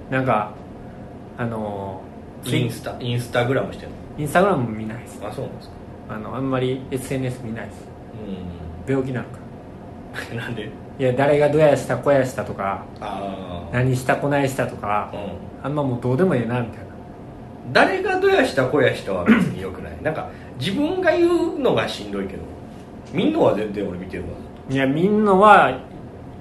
Speaker 2: う
Speaker 1: なんかあの
Speaker 2: ん、
Speaker 1: ツイ
Speaker 2: インスタインスタグラムしてる
Speaker 1: インスタグラムも見ないです
Speaker 2: あそうなんですか
Speaker 1: あのあんまり SNS 見ないです病気なんか
Speaker 2: うんなんで
Speaker 1: いや誰がどやしたこやしたとか
Speaker 2: ああ
Speaker 1: 何したこないしたとか
Speaker 2: う
Speaker 1: あんまもうどうでもええなみたいなん
Speaker 2: 誰がどやしたこやしたは別によくないなんか自分が言うのがしんどいけどみんなは全然俺見てるわ
Speaker 1: いやみんなは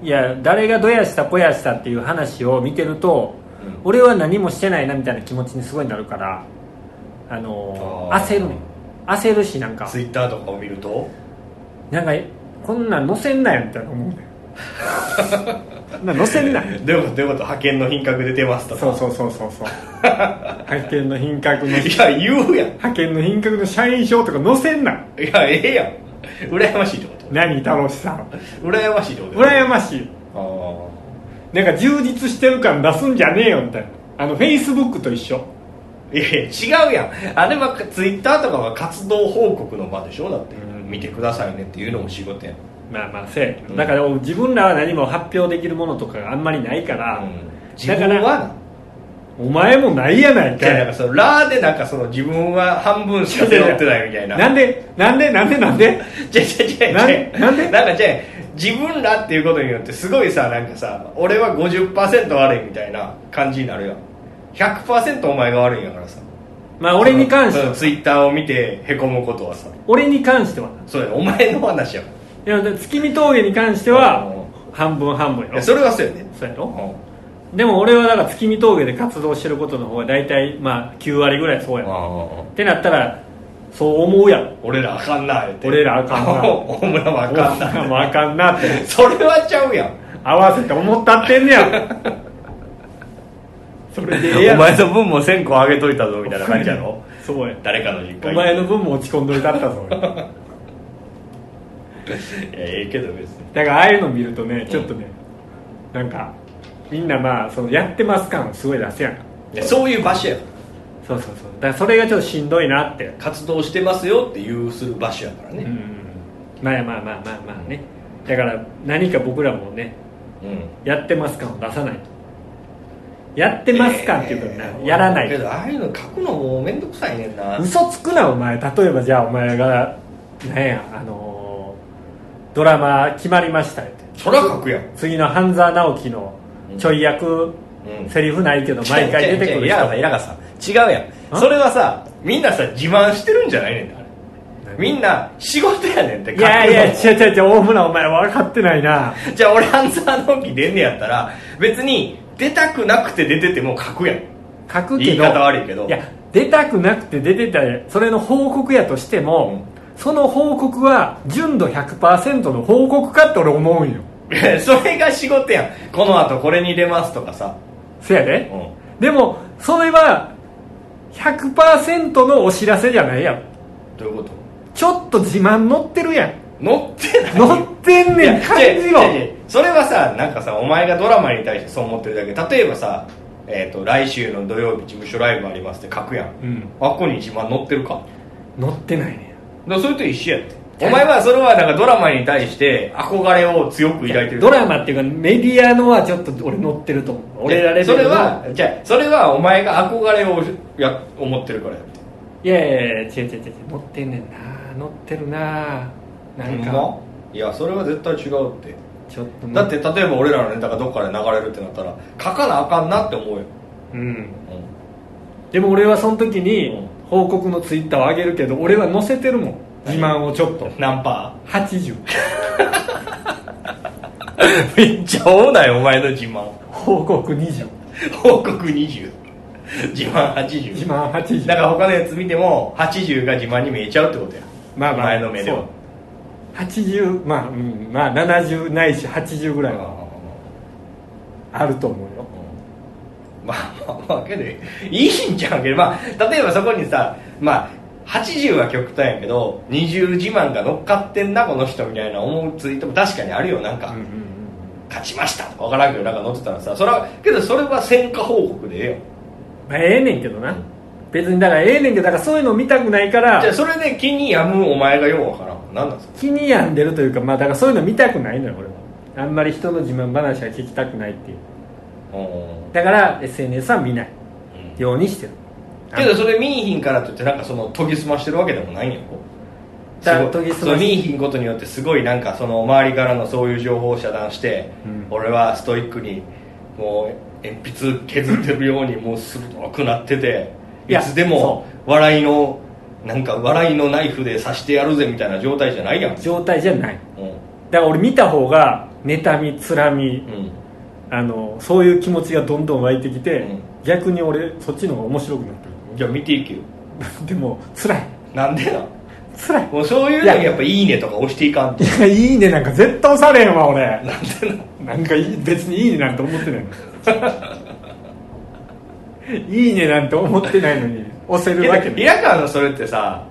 Speaker 1: いや誰がどやしたぽやしたっていう話を見てると、
Speaker 2: うん
Speaker 1: 俺は何もしてないなみたいな気持ちにすごいなるからあの
Speaker 2: あー
Speaker 1: 焦るね焦るしなんか
Speaker 2: ツイッターとかを見ると
Speaker 1: なんかこんなん載せんなよみたいな思うね んな載せんな
Speaker 2: どういうことどういうこと派遣の品格出てますとか
Speaker 1: そうそうそうそうそう派遣の品格の
Speaker 2: いや言うやんい
Speaker 1: 派遣の品格の社員証とか載せんな
Speaker 2: やええやん羨ましいってこと
Speaker 1: 何太郎さん
Speaker 2: 羨ましいってこと
Speaker 1: 羨ましい
Speaker 2: あ
Speaker 1: なんか充実してる感出すんじゃねえよみたいなあのフェイスブックと一緒
Speaker 2: あいやいや違うやんあれはツイッターとかは活動報告の場でしょだって、
Speaker 1: うん
Speaker 2: 見てくださいねっていうのも仕事やん、
Speaker 1: まあまあせやけど
Speaker 2: うん
Speaker 1: だから自分らは何も発表できるものとかがあんまりないから、
Speaker 2: うん自
Speaker 1: だから
Speaker 2: 分は
Speaker 1: お前もないやない
Speaker 2: じゃあ
Speaker 1: か
Speaker 2: なんか
Speaker 1: い
Speaker 2: そのラーでなんかその自分は半分しか背負ってないみたい な
Speaker 1: なんでなんでなんでなんで
Speaker 2: じゃじゃじゃ
Speaker 1: なんでなんで
Speaker 2: なんかじゃあ自分らっていうことによってすごいさなんかさ俺は50%悪いみたいな感じになるよ100%お前が悪いんやからさ
Speaker 1: まあ俺に関しては
Speaker 2: ツイッターを見てへこむことはさ
Speaker 1: 俺に関しては
Speaker 2: そうやお前の話やか
Speaker 1: いやで月見峠に関しては半分半分や
Speaker 2: らいや
Speaker 1: ろ
Speaker 2: それはそうやね
Speaker 1: そうや
Speaker 2: う
Speaker 1: ろ
Speaker 2: ん
Speaker 1: でも俺はだから月見峠で活動してることの方が大体まあ9割ぐらいそうやなっ
Speaker 2: うん
Speaker 1: てなったらそう思うやん
Speaker 2: 俺らあかんな言うて
Speaker 1: 俺らあかんな
Speaker 2: 大村はあかんな
Speaker 1: もうあかんなって
Speaker 2: それはちゃう やん
Speaker 1: 合わせて思ったってんねや それでええやん
Speaker 2: の分も1000個あげといたぞみ
Speaker 1: そうや
Speaker 2: 誰かの実家
Speaker 1: お
Speaker 2: に
Speaker 1: 前の分も落ち込んどいたったぞ俺 だか
Speaker 2: いやええけど別に
Speaker 1: らああいうの見るとねちょっとね、なんかみんなまあそのやってます感をすごい出すやん
Speaker 2: いやそういう場所やから
Speaker 1: そうそうそうだからそれがちょっとしんどいなって
Speaker 2: 活動してますよっていうする場所やから
Speaker 1: う
Speaker 2: ね
Speaker 1: んまあまあまあまあまあねだから何か僕らもね
Speaker 2: うん、
Speaker 1: やってます感を出さないとやってます感っていうかな、やらない
Speaker 2: け
Speaker 1: と
Speaker 2: どああいうの書くのもうめんどくさいねんな
Speaker 1: 嘘つくなお前例えばじゃあお前がなんやあのードラマ決まりましたよって
Speaker 2: そら書くやん、
Speaker 1: 次の半沢直樹のちょい役、
Speaker 2: うん
Speaker 1: セリフないけど毎回出てくる
Speaker 2: 違う違う違う
Speaker 1: 人
Speaker 2: 稲賀さん稲賀さん違うや
Speaker 1: ん
Speaker 2: んそれはさみんなさ自慢してるんじゃないねんなあれみん
Speaker 1: な
Speaker 2: な仕事やねんって書
Speaker 1: い
Speaker 2: くの
Speaker 1: やいや違う違う違う大村お前分かってないな
Speaker 2: じゃあ俺アンサーのき出んねやったら別に出たくなくて出てても書くやん
Speaker 1: 書くけど
Speaker 2: 言い方悪いけど
Speaker 1: や出たくなくて出てたそれの報告やとしても、その報告は純度100%の報告かって俺思うんよ
Speaker 2: いや それが仕事やんこの後これに出ますとかさ、
Speaker 1: せやで、
Speaker 2: うん
Speaker 1: でもそれは100%のお知らせじゃないやん
Speaker 2: どういうこと
Speaker 1: ちょっと自慢乗ってるやん
Speaker 2: 乗ってない
Speaker 1: 乗ってん
Speaker 2: い
Speaker 1: ね
Speaker 2: や
Speaker 1: ん感
Speaker 2: 違う
Speaker 1: じ
Speaker 2: 違
Speaker 1: ろ
Speaker 2: う違うそれはさなんかさお前がドラマに対してそう思ってるだけ例えばさ、えーと「来週の土曜日事務所ライブあります」って書くやん、
Speaker 1: うん
Speaker 2: あっこに一番乗ってるかだか
Speaker 1: 乗ってないね
Speaker 2: らそれと一緒やってお前はそれはなんかドラマに対して憧れを強く抱いて
Speaker 1: ん
Speaker 2: る
Speaker 1: ドラマっていうかメディアのはちょっと俺乗ってると思う俺らレベル
Speaker 2: それ
Speaker 1: の
Speaker 2: はじゃあそれはお前が憧れをや思ってるからやって
Speaker 1: いやいやいや違う違う違う乗ってんねんな乗ってるななん
Speaker 2: ほ
Speaker 1: か
Speaker 2: んまいやそれは絶対違うって
Speaker 1: ちょっと
Speaker 2: だって例えば俺らのネタがどっかで流れるってなったら書かなあかんなって思うよ、
Speaker 1: うん
Speaker 2: うん
Speaker 1: でも俺はその時
Speaker 2: うん
Speaker 1: に報告のツイッターを上げるけど俺は載せてるもん自慢をちょっと
Speaker 2: 何パ
Speaker 1: 80
Speaker 2: ー めっちゃ多ないお前の自慢
Speaker 1: 報告20
Speaker 2: 報告20自慢80
Speaker 1: 自慢80
Speaker 2: だから他のやつ見ても80が自慢に見えちゃうってことや
Speaker 1: まあまあ
Speaker 2: 前の目では
Speaker 1: そう80まあ、うん、まあ70ないし80ぐらいはあると思うよ
Speaker 2: まあまあまあけどいいんじゃんけどまあ例えばそこにさまあ80は極端やけど20自慢が乗っかってんなこの人みたいな思うツイートも確かにあるよなんか、
Speaker 1: うんうん
Speaker 2: 勝ちましたとか分からんけどなんか乗ってたらさそれはけどそれは戦果報告でええよ
Speaker 1: まあええねんけどな別にだからええねんけどだからそういうの見たくないから
Speaker 2: じゃあそれで気に病むお前がようわからん何なんすか
Speaker 1: 気に病んでるというかまあだからそういうの見たくないのよ俺はあんまり人の自慢話は聞きたくないっていうだから SNS は見ないようにしてる
Speaker 2: けどそれ見いひんからといってなんかその研ぎ澄ましてるわけでもないんやろ
Speaker 1: だ
Speaker 2: すごい
Speaker 1: 研ぎ澄まし
Speaker 2: その見いひんことによってすごいなんかその周りからのそういう情報を遮断して、
Speaker 1: うん
Speaker 2: 俺はストイックにもう鉛筆削ってるようにもう鋭くなってて
Speaker 1: い
Speaker 2: い
Speaker 1: や
Speaker 2: つでも笑いのなんか笑いのナイフで刺してやるぜみたいな状態じゃないやん、うん
Speaker 1: 状態じゃないだから俺見た方が妬みつらみ
Speaker 2: うん
Speaker 1: あのそういう気持ちがどんどん湧いてきて、
Speaker 2: うん
Speaker 1: 逆に俺そっちの方が面白くなって
Speaker 2: じゃあ見ていけよ
Speaker 1: る でも辛い
Speaker 2: なんでな
Speaker 1: 辛い
Speaker 2: もうそういうのにやっぱ「いいね」とか押していかんと
Speaker 1: いやいいねなんか絶対押されへんわ俺
Speaker 2: なんでな
Speaker 1: なんかいい別にいいねなんて思ってない のいいねなんて思ってないのに押せるわけ
Speaker 2: い
Speaker 1: ね
Speaker 2: やかのそれってさ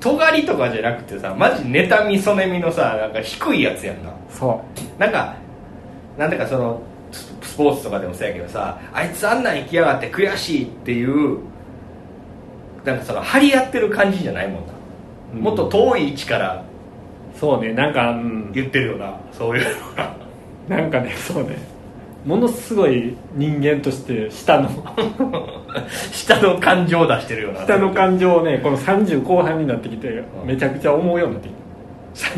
Speaker 2: 尖りとかじゃなくてさマジ妬みそねみのさなんか低いやつやんな
Speaker 1: そ
Speaker 2: なんかなんだかそのススポーツとかでもそうやけどさあいつあんなん行きやがって悔しいっていうなんかその張り合ってる感じじゃないもんな、
Speaker 1: うん
Speaker 2: もっと遠い位置から
Speaker 1: うそうねなんか、うん、
Speaker 2: 言ってるよなそういうのが
Speaker 1: なんかねそうねものすごい人間として下の
Speaker 2: 下の感情を出してるよな
Speaker 1: 下の感情をねこの30後半になってきて
Speaker 2: ん
Speaker 1: めちゃくちゃ思うようになってき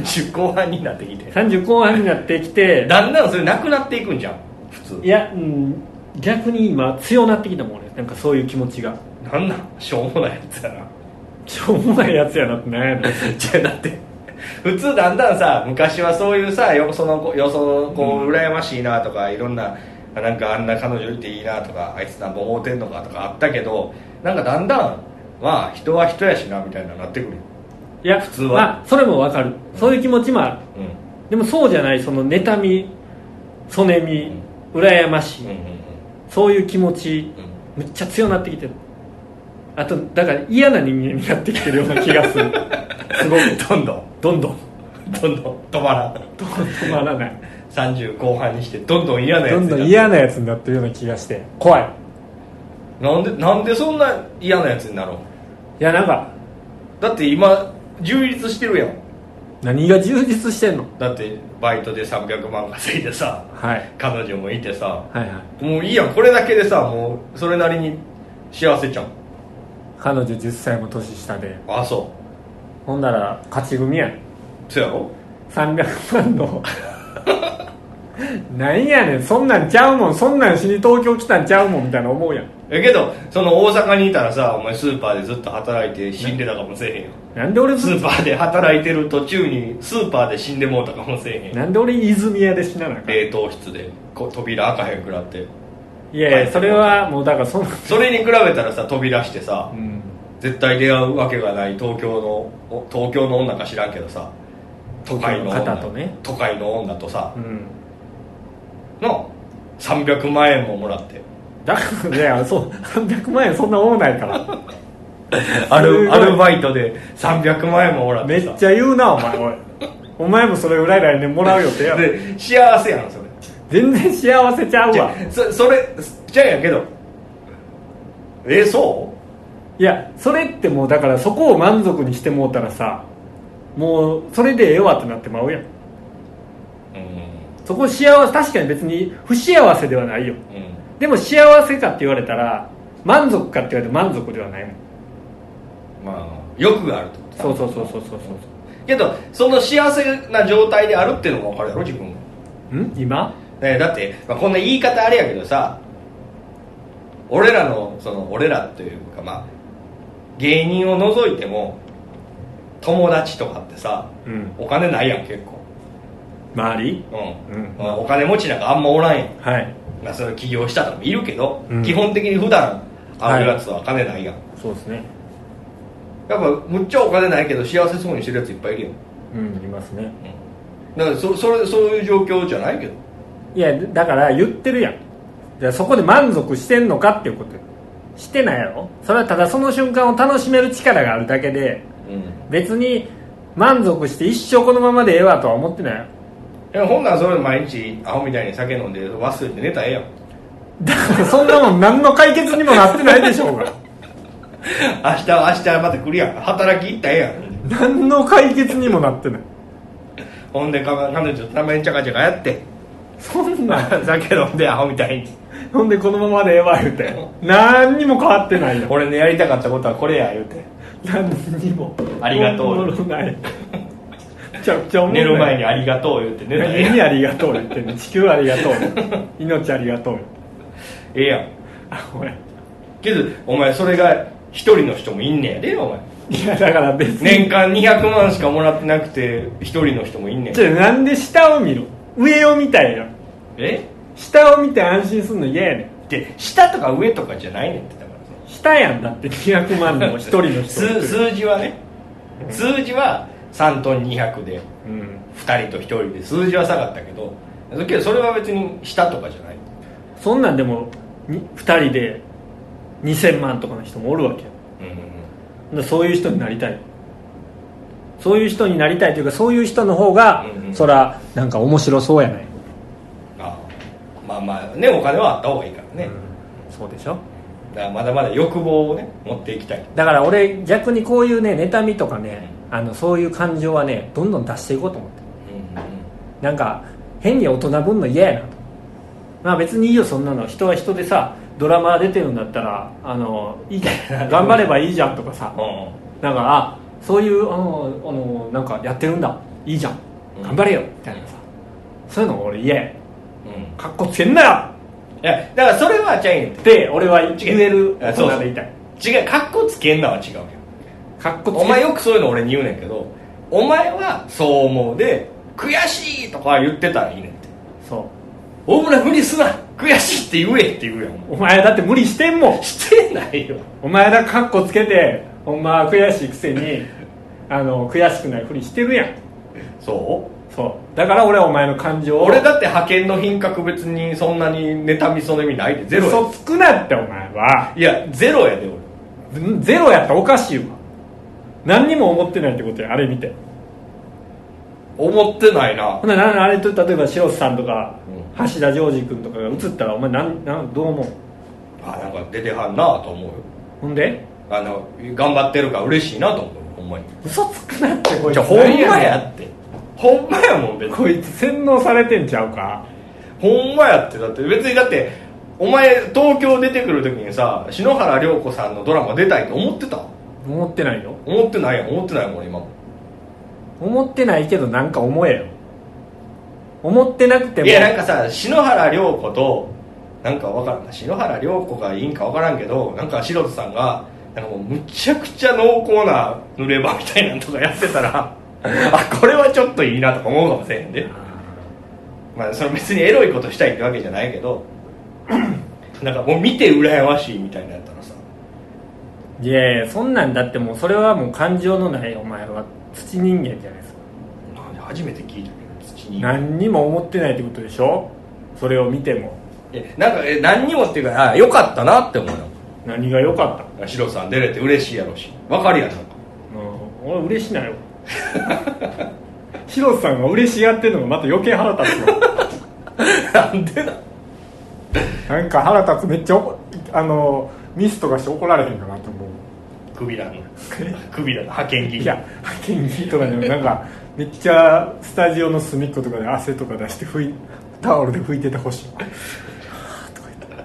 Speaker 2: 30後半になってきて
Speaker 1: た30後半になってきて
Speaker 2: だんだんそれなくなっていくんじゃん普通
Speaker 1: いや、うん、逆に今強なってきたもんねなんかそういう気持ちが
Speaker 2: なんなんしょうもないやつやな
Speaker 1: しょうもないやつやなって悩んで
Speaker 2: じゃあだって普通だんだんさ昔はそういうさよその子よそのこう羨ましいなとかいろんななんかあんな彼女いていいなとかあいつなんぼ思うてんのかとかあったけどなんかだんだんまあ人は人やしなみたいななってくるよ
Speaker 1: いや
Speaker 2: 普通は
Speaker 1: まあ、それもわかるそういう気持ちもある
Speaker 2: う
Speaker 1: でもそうじゃないその妬みそねみ
Speaker 2: うん
Speaker 1: 羨ましい、
Speaker 2: んうんうん
Speaker 1: そういう気持ち
Speaker 2: うんうん
Speaker 1: むっちゃ強なってきてるあとだから嫌な人間になってきてるような気が するすごく
Speaker 2: どんどん
Speaker 1: どんどん
Speaker 2: どんどん止まらん
Speaker 1: どんどん止まらない
Speaker 2: 30後半にしてどんどん嫌なやつ
Speaker 1: どん
Speaker 2: に
Speaker 1: ど
Speaker 2: なって
Speaker 1: ん嫌なやつになってるような気がして怖い
Speaker 2: なんでなんでそんな嫌なやつになろう
Speaker 1: いやなんか
Speaker 2: だって今充実してるやん
Speaker 1: 何が充実してんの、
Speaker 2: だってバイトで300万稼いでさ
Speaker 1: はい、
Speaker 2: 彼女もいてさ
Speaker 1: はいはい
Speaker 2: もういいやんこれだけでさもうそれなりに幸せじゃん
Speaker 1: 彼女10歳も年下で
Speaker 2: あそ
Speaker 1: ほんなら勝ち組やん
Speaker 2: うそうやろ
Speaker 1: 300万の なんやねんそんなんちゃうもんそんなんしに東京来たんちゃうもんみたいな思うやん
Speaker 2: えけどその大阪にいたらさお前スーパーでずっと働いて死んでたかもせえへんよ
Speaker 1: なんで俺
Speaker 2: ス
Speaker 1: ず
Speaker 2: ーパーで働いてる途中にスーパーで死んでもうたかもせえへん
Speaker 1: なんで俺泉屋で死ななあかんい
Speaker 2: 冷凍室でこ扉開かへんくらって
Speaker 1: やいやそれはもうだからその
Speaker 2: それに比べたらさ扉してさ
Speaker 1: うん
Speaker 2: 絶対出会うわけがない東京のお東京の女か知らんけどさ都会の
Speaker 1: 方
Speaker 2: 女
Speaker 1: とね
Speaker 2: 都会の女とさ
Speaker 1: うん
Speaker 2: の300万円ももらって
Speaker 1: だからいやそう300万円そんな多ないから
Speaker 2: ア
Speaker 1: す
Speaker 2: ル
Speaker 1: ごい
Speaker 2: アルバイトで300万円ももらっ
Speaker 1: め
Speaker 2: てさ
Speaker 1: っちゃ言うなお前おいお前もそれぐらい来年もらう予定やろ
Speaker 2: で幸せやんそれ
Speaker 1: 全然幸せちゃう
Speaker 2: じ
Speaker 1: わ
Speaker 2: ゃそそれじゃあやけどえそ
Speaker 1: いやそれってもうだからそこを満足にしてもうたらさもうそれでええわってなってまうやん
Speaker 2: ううん
Speaker 1: そこ幸せ確かに別に不幸せではないよでも幸せかって言われたら満足かって言われて満足ではないもん
Speaker 2: まあ欲があるってこと
Speaker 1: そうそうそうそうそうそ
Speaker 2: けどその幸せな状態であるっていうのも分かるやろ自分が
Speaker 1: うん今
Speaker 2: ね、だって、まあ、こんな言い方あれやけどさ俺らのその俺らというかまあ芸人を除いても友達とかってさ
Speaker 1: うん
Speaker 2: お金ないやん結構
Speaker 1: 周り
Speaker 2: うん、
Speaker 1: うん
Speaker 2: まあお金持ちなんかあんまおらんやん、
Speaker 1: はい
Speaker 2: まあ、その起業したともいるけど、
Speaker 1: うん
Speaker 2: 基本的に普段あるやつは金ないやん、
Speaker 1: そうですね
Speaker 2: やっぱむっちゃお金ないけど幸せそうにしてるやついっぱいいるよ、
Speaker 1: うんいますね
Speaker 2: うん、だからそそれそういう状況じゃないけど
Speaker 1: いやだから言ってるやんじゃあそこで満足してんのかっていうことよしてないやろそれはただその瞬間を楽しめる力があるだけで
Speaker 2: うん
Speaker 1: 別に満足して一生このままでええわとは思ってないよ
Speaker 2: えほんならそれ毎日アホみたいに酒飲んで忘れて寝たらええやん
Speaker 1: だからそんなもん何の解決にもなってないでしょうが
Speaker 2: 明日は明日また来るやん働き行ったらええやん
Speaker 1: 何の解決にもなってない
Speaker 2: ほんでか彼女とたまにちゃかちゃかやって
Speaker 1: そんなん
Speaker 2: 酒飲んでアホみたいに
Speaker 1: ほんでこのままでええわ言うて何にも変わってないよ
Speaker 2: 俺のやりたかったことはこれや言うて
Speaker 1: 何にも
Speaker 2: ありがとう
Speaker 1: おもろないめちゃくちゃ思
Speaker 2: 寝る前にありがとう言うて寝たらええや
Speaker 1: 何
Speaker 2: ん
Speaker 1: に
Speaker 2: え
Speaker 1: ありがとう言って んの地球ありがとう命ありがとう
Speaker 2: えやん
Speaker 1: あ俺
Speaker 2: けどお前それが一人の人もいんねやでお前
Speaker 1: いやだから別に
Speaker 2: 年間200万しかもらってなくて一人の人もいんねん
Speaker 1: ちょなんで下を見ろ上を見たいよ
Speaker 2: え
Speaker 1: 下を見て安心すんの嫌やねん
Speaker 2: で下とか上とかじゃないねんってだからね
Speaker 1: 下やんだって200万 の一人の人
Speaker 2: 数数字はね数字は3トン200で
Speaker 1: うん
Speaker 2: 2人と1人で数字は下がったけどけどそれは別に下とかじゃない
Speaker 1: そんなんでも2人で2000万とかの人もおるわけよ
Speaker 2: うんうん
Speaker 1: だからそういう人になりたいそういう人になりたいというかそういう人の方が、
Speaker 2: うんうん
Speaker 1: そらなんか面白そうやない、
Speaker 2: あまあまあねお金はあった方がいいからね、
Speaker 1: うんそうでしょ
Speaker 2: だからまだまだ欲望をね持っていきたい
Speaker 1: だから俺逆にこういうね妬みとかね、あのそういう感情はねどんどん出していこうと思ってなんか変に大人ぶんの嫌やなとまあ別にいいよそんなの人は人でさドラマ出てるんだったらあのいいじゃん 頑張ればいいじゃんとかさ
Speaker 2: うん
Speaker 1: だからあそういうあのあのなんかやってるんだいいじゃん
Speaker 2: うん
Speaker 1: 頑張れよみたいなさそういうの俺嫌や
Speaker 2: うんうん
Speaker 1: かっこつけんなよ
Speaker 2: いやだからそれはちゃうね
Speaker 1: って俺は言える大人でいたい
Speaker 2: ん違うかっこつけんのは違うよ
Speaker 1: かっこつけ
Speaker 2: お前よくそういうの俺に言うねんけどお前はそう思うで悔しいとか言ってたらいいねんって
Speaker 1: そう
Speaker 2: 大村無理すな悔しいって言えって言うやんお
Speaker 1: お前だって無理してんもん
Speaker 2: 前してないよ
Speaker 1: お前だかっこつけてほんま悔しいくせ にあの悔しくないふりしてるやん
Speaker 2: そう
Speaker 1: そうだから俺はお前の感情を
Speaker 2: 俺だって派遣の品格別にそんなに妬みその意味ないでゼロ
Speaker 1: 嘘つくなってお前は
Speaker 2: やいやゼロやで俺
Speaker 1: んゼロやったらおかしいわ何にも思ってないってことやあれ見て
Speaker 2: 思ってないな
Speaker 1: ほんならなあれと例えば白瀬さんとか、
Speaker 2: う
Speaker 1: 橋田ジョージ君とかが映ったらお前なんなんどう思う
Speaker 2: あなんか出てはんなと思うよ
Speaker 1: ほんで
Speaker 2: あの頑張ってるから嬉しいなと思うよほんまに
Speaker 1: 嘘つくなってこいつ
Speaker 2: じゃほんまやってほんまやもん別に
Speaker 1: こいつ洗脳されてんちゃうか
Speaker 2: ほんまやってだって別にだってお前東京出てくる時にさ篠原涼子さんのドラマ出たいと思ってた
Speaker 1: 思ってないよ
Speaker 2: 思ってないやん思ってないもん俺今も
Speaker 1: 思ってないけどなんか思えよ思ってなくても
Speaker 2: いやなんかさ篠原涼子となんかわからんな篠原涼子がいいんかわからんけどなんか白田さんがなんかもうむちゃくちゃ濃厚な濡れ場みたいなんとかやってたら あこれはちょっといいなとか思うかもしれへんでまあそれ別にエロいことしたいってわけじゃないけど なんかもう見て羨ましいみたいになったらさ
Speaker 1: いやいやそんなんだってもうそれはもう感情のないお前は土人間じゃないですか
Speaker 2: なんで初めて聞いたけど土に
Speaker 1: 何にも思ってないってことでしょそれを見ても
Speaker 2: えなんかえ何にもっていうかあよかったなって思う
Speaker 1: 何が良かった
Speaker 2: の白さん出れて嬉しいやろうしわかるやんなんか
Speaker 1: うん俺嬉し ないよ広瀬さんが嬉しがってるのがまた余計腹立つ わ
Speaker 2: なんでだ
Speaker 1: なんか腹立つめっちゃ怒あのミスとかして怒られへんかなと思う
Speaker 2: クビラのクビラの派遣切り
Speaker 1: いや派遣着とかでもなんかめっちゃスタジオの隅っことかで汗とか出して拭いタオルで拭いててほしいとか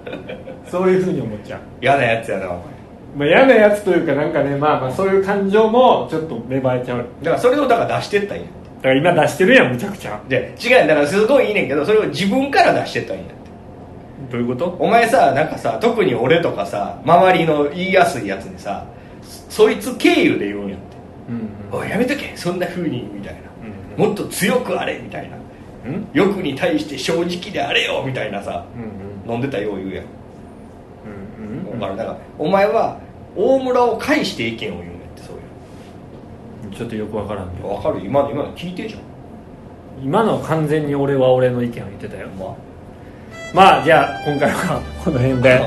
Speaker 1: 言ってそういうふうに思っちゃう
Speaker 2: 嫌なやつやなお前
Speaker 1: まあ、嫌なやつというかなんかね、まあ、まあそういう感情もちょっと芽生えちゃう
Speaker 2: だからそれをだから出してったんや
Speaker 1: だから今出してるやんむちゃくちゃ
Speaker 2: で違うやんだからすごいいいねんけどそれを自分から出してったんやって
Speaker 1: どういうこと
Speaker 2: お前さなんかさ特に俺とかさ周りの言いやすいやつにさそいつ経由で言うんやって
Speaker 1: うん
Speaker 2: おいやめとけそんなふうにみたいな、
Speaker 1: う
Speaker 2: もっと強くあれみたいな
Speaker 1: うんうん
Speaker 2: 欲に対して正直であれよみたいなさ
Speaker 1: うん
Speaker 2: 飲んでたよう言うやん、
Speaker 1: うん
Speaker 2: だからなんかお前は大村を介して意見を言うねんってそういう
Speaker 1: うんちょっとよくわからんけど
Speaker 2: のわかる今の今の聞いてじゃん
Speaker 1: 今のは完全に俺は俺の意見を言ってたよ
Speaker 2: ま
Speaker 1: まあじゃあ今回はこの辺
Speaker 2: あ
Speaker 1: で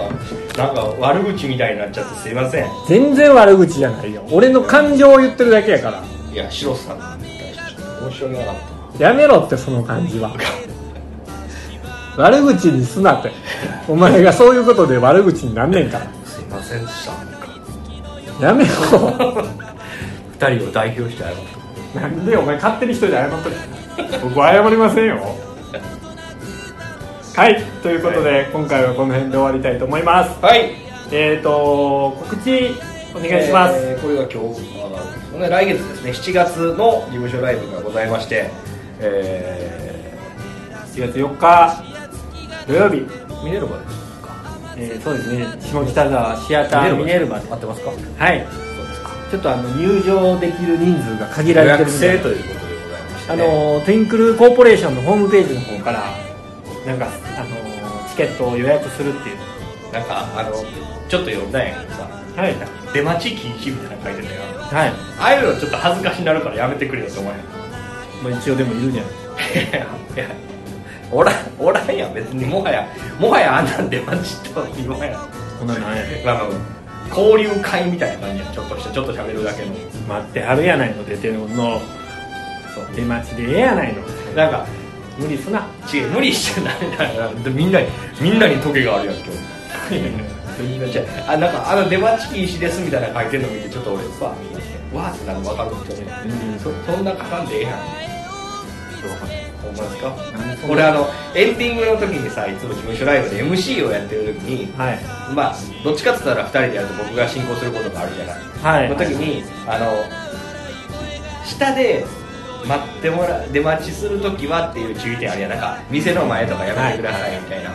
Speaker 2: なんか悪口みたいになっちゃってすいません
Speaker 1: 全然悪口じゃないよ俺の感情を言ってるだけやから
Speaker 2: いや白さんに対してちょっと申し訳なかった
Speaker 1: やめろってその感じは悪口にすなってお前がそういうことで悪口になんねんから
Speaker 2: すいませんでした
Speaker 1: やめろ
Speaker 2: 2人を代表して謝って
Speaker 1: なんでお前勝手に一人で謝っとる僕は謝りませんよはいということで、今回はこの辺で終わりたいと思います
Speaker 2: はい
Speaker 1: えっ、ー、と告知お願いします、
Speaker 2: えーこれが今日あーそうね来月ですね7月の事務所ライブがございましてえ
Speaker 1: 7月4日土曜日、
Speaker 2: ーミネルバですか
Speaker 1: えーそうですね下北沢シアターミネルバで
Speaker 2: 合ってますか
Speaker 1: はい
Speaker 2: そうですか
Speaker 1: ちょっとあの入場できる人数が限
Speaker 2: 予
Speaker 1: られて
Speaker 2: 約
Speaker 1: るみたい
Speaker 2: 制
Speaker 1: な
Speaker 2: ということでございまし
Speaker 1: あのテンクルコーポレーションのホームページの方からなんかあのチケットを予約するっていう
Speaker 2: なんかあのちょっと読んだんやけどさ
Speaker 1: はい
Speaker 2: 出待ち禁止みたいなの書いてたよ
Speaker 1: はい
Speaker 2: ああいうのちょっと恥ずかしになるからやめてくれよって 思うやん
Speaker 1: まあ一応でもいるじゃない
Speaker 2: いやおらんおらんやん別にもはやもはやあんなん出待ちと今や
Speaker 1: こんなんなんやね
Speaker 2: まあまあ交流会みたいな感じやんちょっとしたちょっと喋るだけの
Speaker 1: 待ってはるやないの出てるのそう出待ちでええやないの
Speaker 2: なんか
Speaker 1: 無理すな
Speaker 2: 違う無理しちゃダメだよなみんなにみんなにトゲがあるやん今日みんなじゃあなんかあの出待ち禁止ですみたいなの書いてるの見てちょっと俺さわーってなるの分かるんちゃう
Speaker 1: うん
Speaker 2: そそんな書かんでええやんほんまですか
Speaker 1: 何そんな
Speaker 2: 俺あのエンディングの時にさいつも事務所ライブで MC をやってる時に
Speaker 1: はい
Speaker 2: まあどっちかって言ったら2人でやると僕が進行することがあるじゃない
Speaker 1: はい
Speaker 2: その時にあの下で待ってもら出待ちする時はっていう注意点あるやんなんか店の前とかやめてくださいみたいな、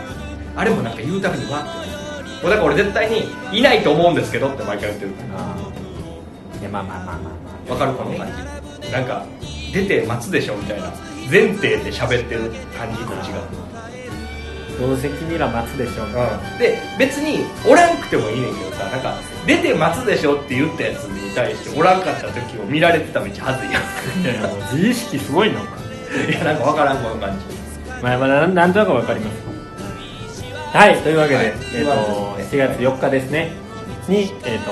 Speaker 2: あれもなんか言うたびにわってもうだから俺絶対にいないと思うんですけどって毎回言ってるから
Speaker 1: あーいやまあまあまあまあまあ
Speaker 2: わかるこの感じなんか出て待つでしょみたいな前提で喋ってる感じこっちが
Speaker 1: どうせ君ら待つでしょう
Speaker 2: で別におらんくてもいいねんけどさなんか出て待つでしょって言ったやつに対しておらんかった時を見られてためっちゃ恥ずいや
Speaker 1: いやいやもう自意識すごいなお前
Speaker 2: んいやなんかわからんこの感じ
Speaker 1: まあまあなんなんとなくわかりますはいというわけで、
Speaker 2: はい
Speaker 1: えっ、と7月4日ですねにえっ、と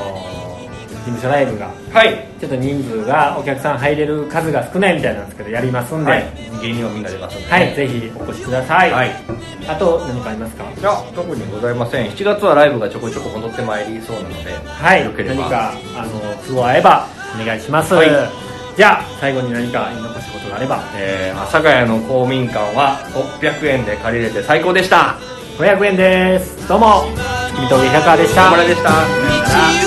Speaker 1: 事務所ライブが
Speaker 2: はい、
Speaker 1: ちょっと人数がお客さん入れる数が少ないみたいなんですけどやりますんでは
Speaker 2: はい
Speaker 1: い、、
Speaker 2: 芸人をみんなでますんで
Speaker 1: ぜひお越しください、
Speaker 2: はい
Speaker 1: あと何かありますか
Speaker 2: いや特にございません7月はライブがちょこちょこ戻ってまいりそうなので
Speaker 1: はい
Speaker 2: よければ
Speaker 1: 何かあの都合合えばお願いします、
Speaker 2: はい
Speaker 1: じゃあ最後に何か言い残したことがあれば
Speaker 2: えー阿佐ヶ谷の公民館は600円で借りれて最高でした
Speaker 1: 500円ですどうも君と上平川でした
Speaker 2: 小村でした
Speaker 3: 道を